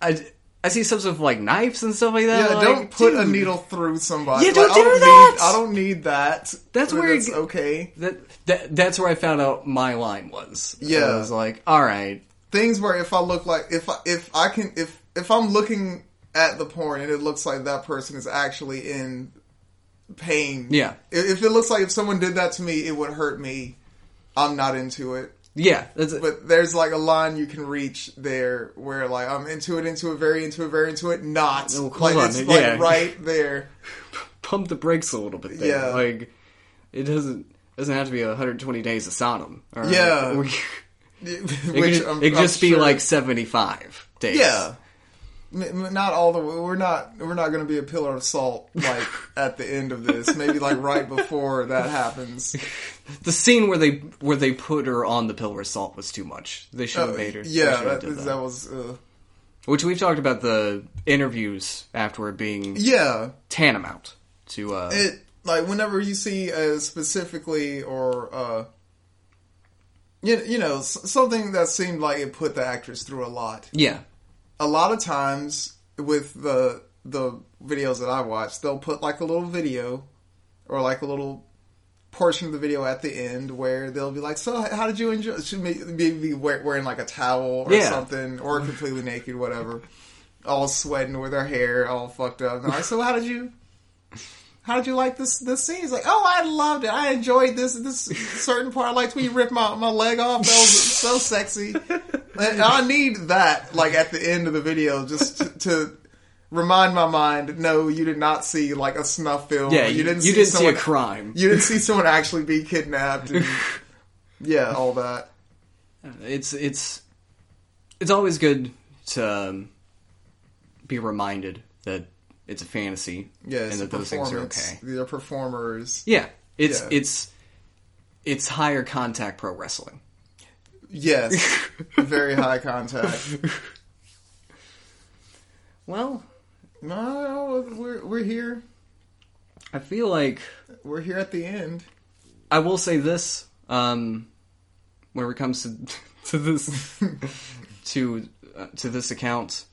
Speaker 1: I, I see some stuff like knives and stuff like that.
Speaker 2: Yeah,
Speaker 1: like,
Speaker 2: don't put a
Speaker 1: dude,
Speaker 2: needle through somebody.
Speaker 1: Yeah, don't
Speaker 2: Like, I
Speaker 1: do
Speaker 2: need-
Speaker 1: that!
Speaker 2: I don't need that.
Speaker 1: That's
Speaker 2: But
Speaker 1: where it
Speaker 2: it's
Speaker 1: g-
Speaker 2: okay.
Speaker 1: That, that that's where I found out my line was.
Speaker 2: Yeah.
Speaker 1: I was like, all right,
Speaker 2: Things where if I look like if I, if I can if if I'm looking at the porn and it looks like that person is actually in pain.
Speaker 1: Yeah.
Speaker 2: If, if it looks like if someone did that to me, it would hurt me. I'm not into it.
Speaker 1: yeah, that's it.
Speaker 2: But there's like a line you can reach there where like I'm into it, into it, very into it, very into it, not.
Speaker 1: Oh, come
Speaker 2: like
Speaker 1: on,
Speaker 2: it's
Speaker 1: yeah.
Speaker 2: like right there.
Speaker 1: pump the brakes a little bit. There.
Speaker 2: Yeah.
Speaker 1: like it doesn't doesn't have to be 120 days of Sodom. all right?
Speaker 2: Yeah.
Speaker 1: We- it
Speaker 2: Which
Speaker 1: could,
Speaker 2: I'm-
Speaker 1: it could
Speaker 2: I'm
Speaker 1: just be
Speaker 2: sure-
Speaker 1: like 75 days.
Speaker 2: Yeah. M- m- Not all the way. We're not. We're not going to be a pillar of salt like at the end of this. Maybe like right before that happens.
Speaker 1: the scene where they where they put her on the pillar of salt was too much. They should have made her. they should
Speaker 2: Uh, Oh, yeah,
Speaker 1: have
Speaker 2: that,
Speaker 1: did
Speaker 2: that was. Uh,
Speaker 1: Which we've talked about the interviews afterward being
Speaker 2: yeah,
Speaker 1: tantamount to uh,
Speaker 2: it like whenever you see uh, specifically or uh, you you know s- something that seemed like it put the actress through a lot.
Speaker 1: yeah,
Speaker 2: a lot of times with the the videos that I watch, they'll put like a little video or like a little portion of the video at the end where they'll be like, "So, how did you enjoy?" Should maybe be wear- wearing like a towel or
Speaker 1: Yeah.
Speaker 2: something, or completely naked, whatever, all sweating with her hair all fucked up. And I'm like, so how did you? How did you like this this scene? He's like, oh, I loved it. I enjoyed this this certain part. I liked when you ripped my, my leg off. That was so sexy. And I need that like at the end of the video just to, to remind my mind. No, you did not see like a snuff film.
Speaker 1: yeah.
Speaker 2: Oh, You, didn't. see
Speaker 1: see a
Speaker 2: someone-
Speaker 1: crime.
Speaker 2: You didn't see someone actually be kidnapped. And, yeah, all that.
Speaker 1: It's it's it's always good to um, be reminded that it's a fantasy
Speaker 2: Yeah, it's
Speaker 1: and
Speaker 2: a
Speaker 1: that those things are
Speaker 2: performance.
Speaker 1: okay.
Speaker 2: They're performers.
Speaker 1: Yeah, it's
Speaker 2: Yeah.
Speaker 1: it's it's higher contact pro wrestling.
Speaker 2: Yes, very high contact.
Speaker 1: Well,
Speaker 2: No, we're we're here.
Speaker 1: I feel like
Speaker 2: We're here at the end.
Speaker 1: I will say this um, when it comes to to this to uh, to this account,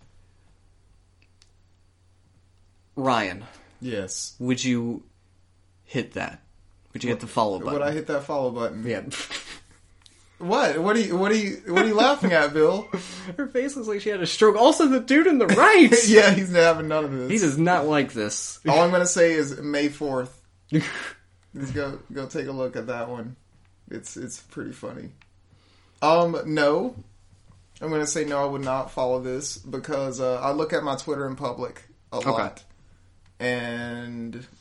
Speaker 1: Ryan,
Speaker 2: Yes.
Speaker 1: would you hit that? Would you hit the follow button?
Speaker 2: Would I hit that follow button?
Speaker 1: yeah,
Speaker 2: What? What are you? What are you? What are you laughing at, Bill?
Speaker 1: her face looks like she had a stroke. Also, the dude in the right,
Speaker 2: yeah, he's having none of
Speaker 1: he
Speaker 2: this.
Speaker 1: does not like this.
Speaker 2: All I'm gonna say is May fourth. Just go go take a look at that one. It's it's pretty funny. Um, no, I'm gonna say no. I would not follow this because uh, I look at my Twitter in public a lot, and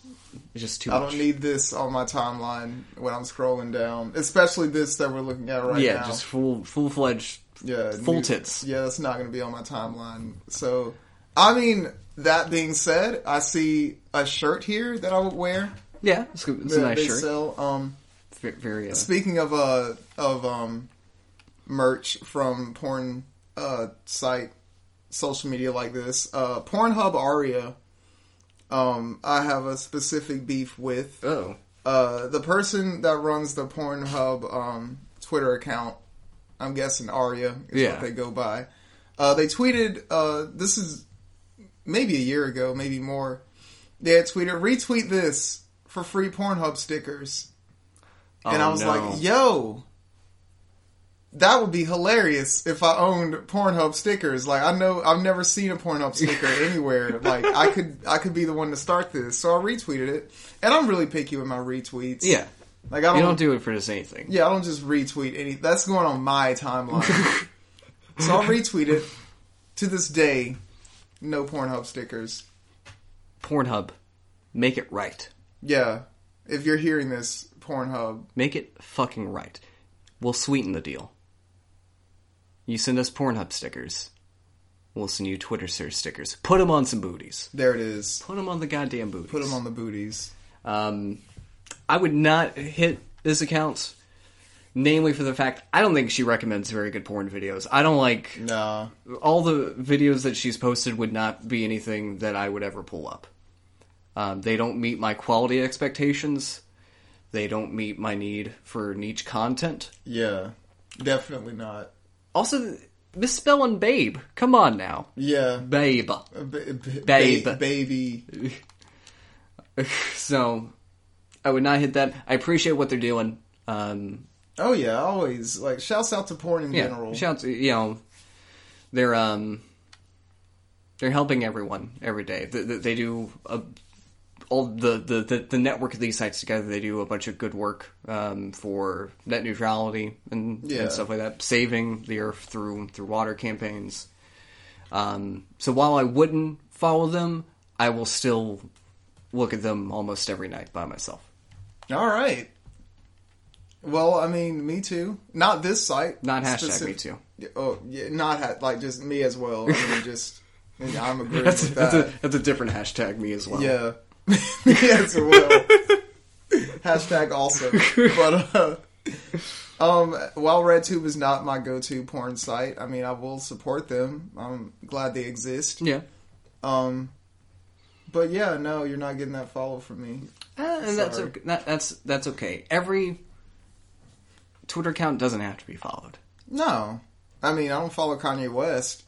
Speaker 1: It's just too
Speaker 2: I
Speaker 1: much.
Speaker 2: don't need this on my timeline when I'm scrolling down, especially this that we're looking at right
Speaker 1: yeah,
Speaker 2: now.
Speaker 1: just full full fledged.
Speaker 2: yeah,
Speaker 1: full tits.
Speaker 2: Yeah, that's not going to be on my timeline. So, I mean, that being said, I see a shirt here that I would wear.
Speaker 1: Yeah, it's, a- it's a
Speaker 2: that
Speaker 1: nice
Speaker 2: they
Speaker 1: shirt.
Speaker 2: sell. Um,
Speaker 1: Ve- Very. Uh,
Speaker 2: Speaking of uh of um merch from porn uh site social media like this, uh Pornhub Aria um I have a specific beef with
Speaker 1: oh,
Speaker 2: uh the person that runs the Pornhub um Twitter account. I'm guessing Aria is
Speaker 1: Yeah.
Speaker 2: what they go by. Uh they tweeted uh this is maybe a year ago, maybe more. They had tweeted retweet this for free Pornhub stickers and
Speaker 1: Oh,
Speaker 2: I was
Speaker 1: no.
Speaker 2: like, "Yo, that would be hilarious if I owned Pornhub stickers." Like, I know I've never seen a Pornhub sticker anywhere. Like, I could I could be the one to start this, so I retweeted it. And I'm really picky with my retweets.
Speaker 1: Yeah.
Speaker 2: like I don't,
Speaker 1: You don't do it for just anything.
Speaker 2: yeah, I don't just retweet any. That's going on my timeline. so I'll retweet it. To this day, no Pornhub stickers.
Speaker 1: Pornhub, make it right.
Speaker 2: Yeah, if you're hearing this, Pornhub,
Speaker 1: Make it fucking right. We'll sweeten the deal. You send us Pornhub stickers. We'll send you Twitter search stickers. Put them on some booties.
Speaker 2: there it is.
Speaker 1: Put them on the goddamn booties.
Speaker 2: Put them on the booties.
Speaker 1: Um, I would not hit this account, namely for the fact I don't think she recommends very good porn videos. I don't like
Speaker 2: Nah.
Speaker 1: all the videos that she's posted would not be anything that I would ever pull up. Um, they don't meet my quality expectations. They don't meet my need for niche content.
Speaker 2: Yeah, definitely not.
Speaker 1: Also, misspelling babe. Come on now.
Speaker 2: Yeah.
Speaker 1: Babe.
Speaker 2: B- b-
Speaker 1: Babe.
Speaker 2: ba- baby.
Speaker 1: So I would not hit that. I appreciate what they're doing. Um,
Speaker 2: Oh yeah, always like shouts out to porn in
Speaker 1: yeah,
Speaker 2: general.
Speaker 1: shouts. You know, they're um, they're helping everyone every day. They, they, they do a, all the, the the the network of these sites together. They do a bunch of good work um, for net neutrality and,
Speaker 2: Yeah.
Speaker 1: and stuff like that, saving the earth through through water campaigns. Um, so while I wouldn't follow them, I will still look at them almost every night by myself.
Speaker 2: All right. Well, I mean, me too. Not this site.
Speaker 1: Not hashtag
Speaker 2: Speci-
Speaker 1: me too.
Speaker 2: Oh, yeah, not ha- like just me as well. I mean, just I'm agreeing
Speaker 1: That's,
Speaker 2: with that.
Speaker 1: that's, a, that's a different hashtag me as well.
Speaker 2: Yeah. yes, it will. Hashtag also. But, uh, um, while RedTube is not my go to porn site, I mean, I will support them. I'm glad they exist.
Speaker 1: Yeah.
Speaker 2: Um, but yeah, no, you're not getting that follow from me.
Speaker 1: Uh, and that's
Speaker 2: Sorry.
Speaker 1: okay. That, that's that's okay. Every Twitter account doesn't have to be followed.
Speaker 2: No. I mean, I don't follow Kanye West.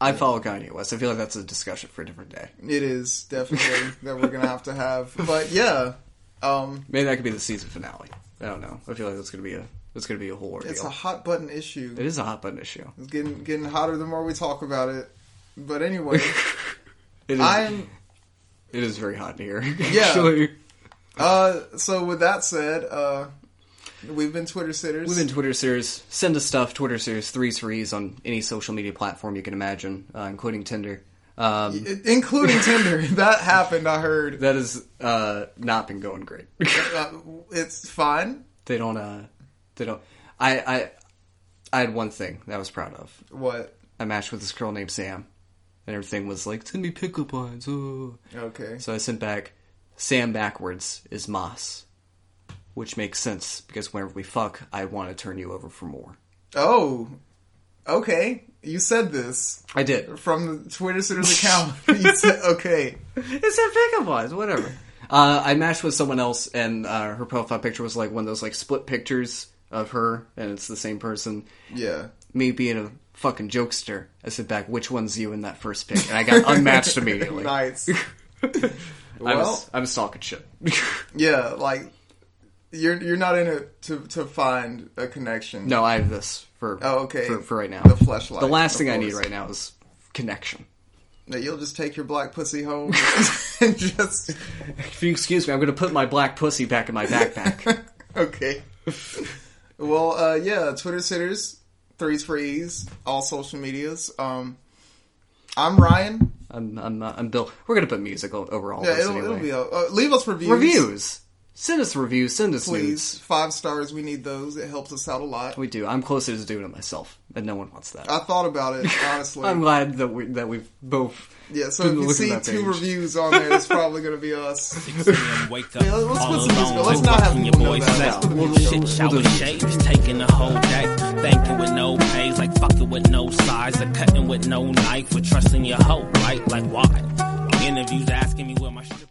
Speaker 1: I follow Kanye West. I feel like that's a discussion for a different day.
Speaker 2: It is definitely that we're going to have to have. But yeah, um,
Speaker 1: Maybe that could be the season finale. I don't know. I feel like that's gonna be a that's gonna be a whole ordeal.
Speaker 2: it's a hot button issue.
Speaker 1: it is a hot button issue.
Speaker 2: It's getting, getting hotter the more we talk about it. But anyway,
Speaker 1: It is,
Speaker 2: I'm
Speaker 1: it is very hot in here.
Speaker 2: Yeah.
Speaker 1: Actually,
Speaker 2: Uh, so with that said, uh, we've been Twitter sitters.
Speaker 1: we've been Twitter series. Send us stuff. Twitter series three threes on any social media platform you can imagine, uh, including Tinder. Um,
Speaker 2: I- including Tinder. That happened. I heard.
Speaker 1: That has uh, not been going great.
Speaker 2: Uh, it's fine.
Speaker 1: they don't. Uh, they don't. I, I I had one thing that I was proud of.
Speaker 2: What?
Speaker 1: I matched with this girl named Sam, and everything was like, "Send me pickup lines." Oh.
Speaker 2: Okay.
Speaker 1: So I sent back, "Sam backwards is Moss," which makes sense because whenever we fuck, I want to turn you over for more.
Speaker 2: Oh, okay. You said this
Speaker 1: I did.
Speaker 2: from the Twitter sitters account. you said okay.
Speaker 1: It's a pickup lines, whatever. Uh, I matched with someone else, and uh, her profile picture was like one of those like split pictures of her, and it's the same person.
Speaker 2: Yeah.
Speaker 1: me being a fucking jokester, I said back, which one's you in that first pick? And I got unmatched immediately. I
Speaker 2: Nice.
Speaker 1: was,
Speaker 2: well,
Speaker 1: I was talking shit.
Speaker 2: yeah. Like you're you're not in it to to find a connection.
Speaker 1: no, I have this for
Speaker 2: Oh, okay.
Speaker 1: for, for right now.
Speaker 2: The fleshlight.
Speaker 1: The last
Speaker 2: of
Speaker 1: thing I need
Speaker 2: course.
Speaker 1: right now is connection.
Speaker 2: That you'll just take your black pussy home and just
Speaker 1: If you excuse me, I'm going to put my black pussy back in my backpack.
Speaker 2: okay. well, uh, yeah, Twitter sitters, threes for ease, all social medias. Um, I'm Ryan.
Speaker 1: I'm, I'm, uh, I'm Bill. We're going to put music o- over all
Speaker 2: Yeah,
Speaker 1: this
Speaker 2: it'll,
Speaker 1: anyway.
Speaker 2: it'll be a, uh, leave us reviews.
Speaker 1: reviews. Send us reviews. Send us
Speaker 2: please.
Speaker 1: news.
Speaker 2: Five stars. We need those. It helps us out a lot.
Speaker 1: We do. I'm closer to doing it myself, and no one wants that.
Speaker 2: I thought about it honestly.
Speaker 1: I'm glad that we that we've both.
Speaker 2: yeah, so
Speaker 1: been
Speaker 2: if you
Speaker 1: looking at
Speaker 2: see
Speaker 1: that
Speaker 2: two
Speaker 1: page.
Speaker 2: reviews on there, it's probably gonna be us.
Speaker 3: Man, wake up
Speaker 2: Yeah, let's
Speaker 3: all
Speaker 2: put some music
Speaker 3: alone.
Speaker 2: on. Let's not have
Speaker 3: Watching your
Speaker 2: people know
Speaker 3: boys
Speaker 2: that.
Speaker 3: sell.
Speaker 2: Let's put the music
Speaker 3: Shit,
Speaker 2: on.
Speaker 3: shower shapes, taking the whole day. Thanking with no pays, like fucking with no size, or cutting with no knife, or trusting your hoe, right? Like why? Interviews asking me where my shit.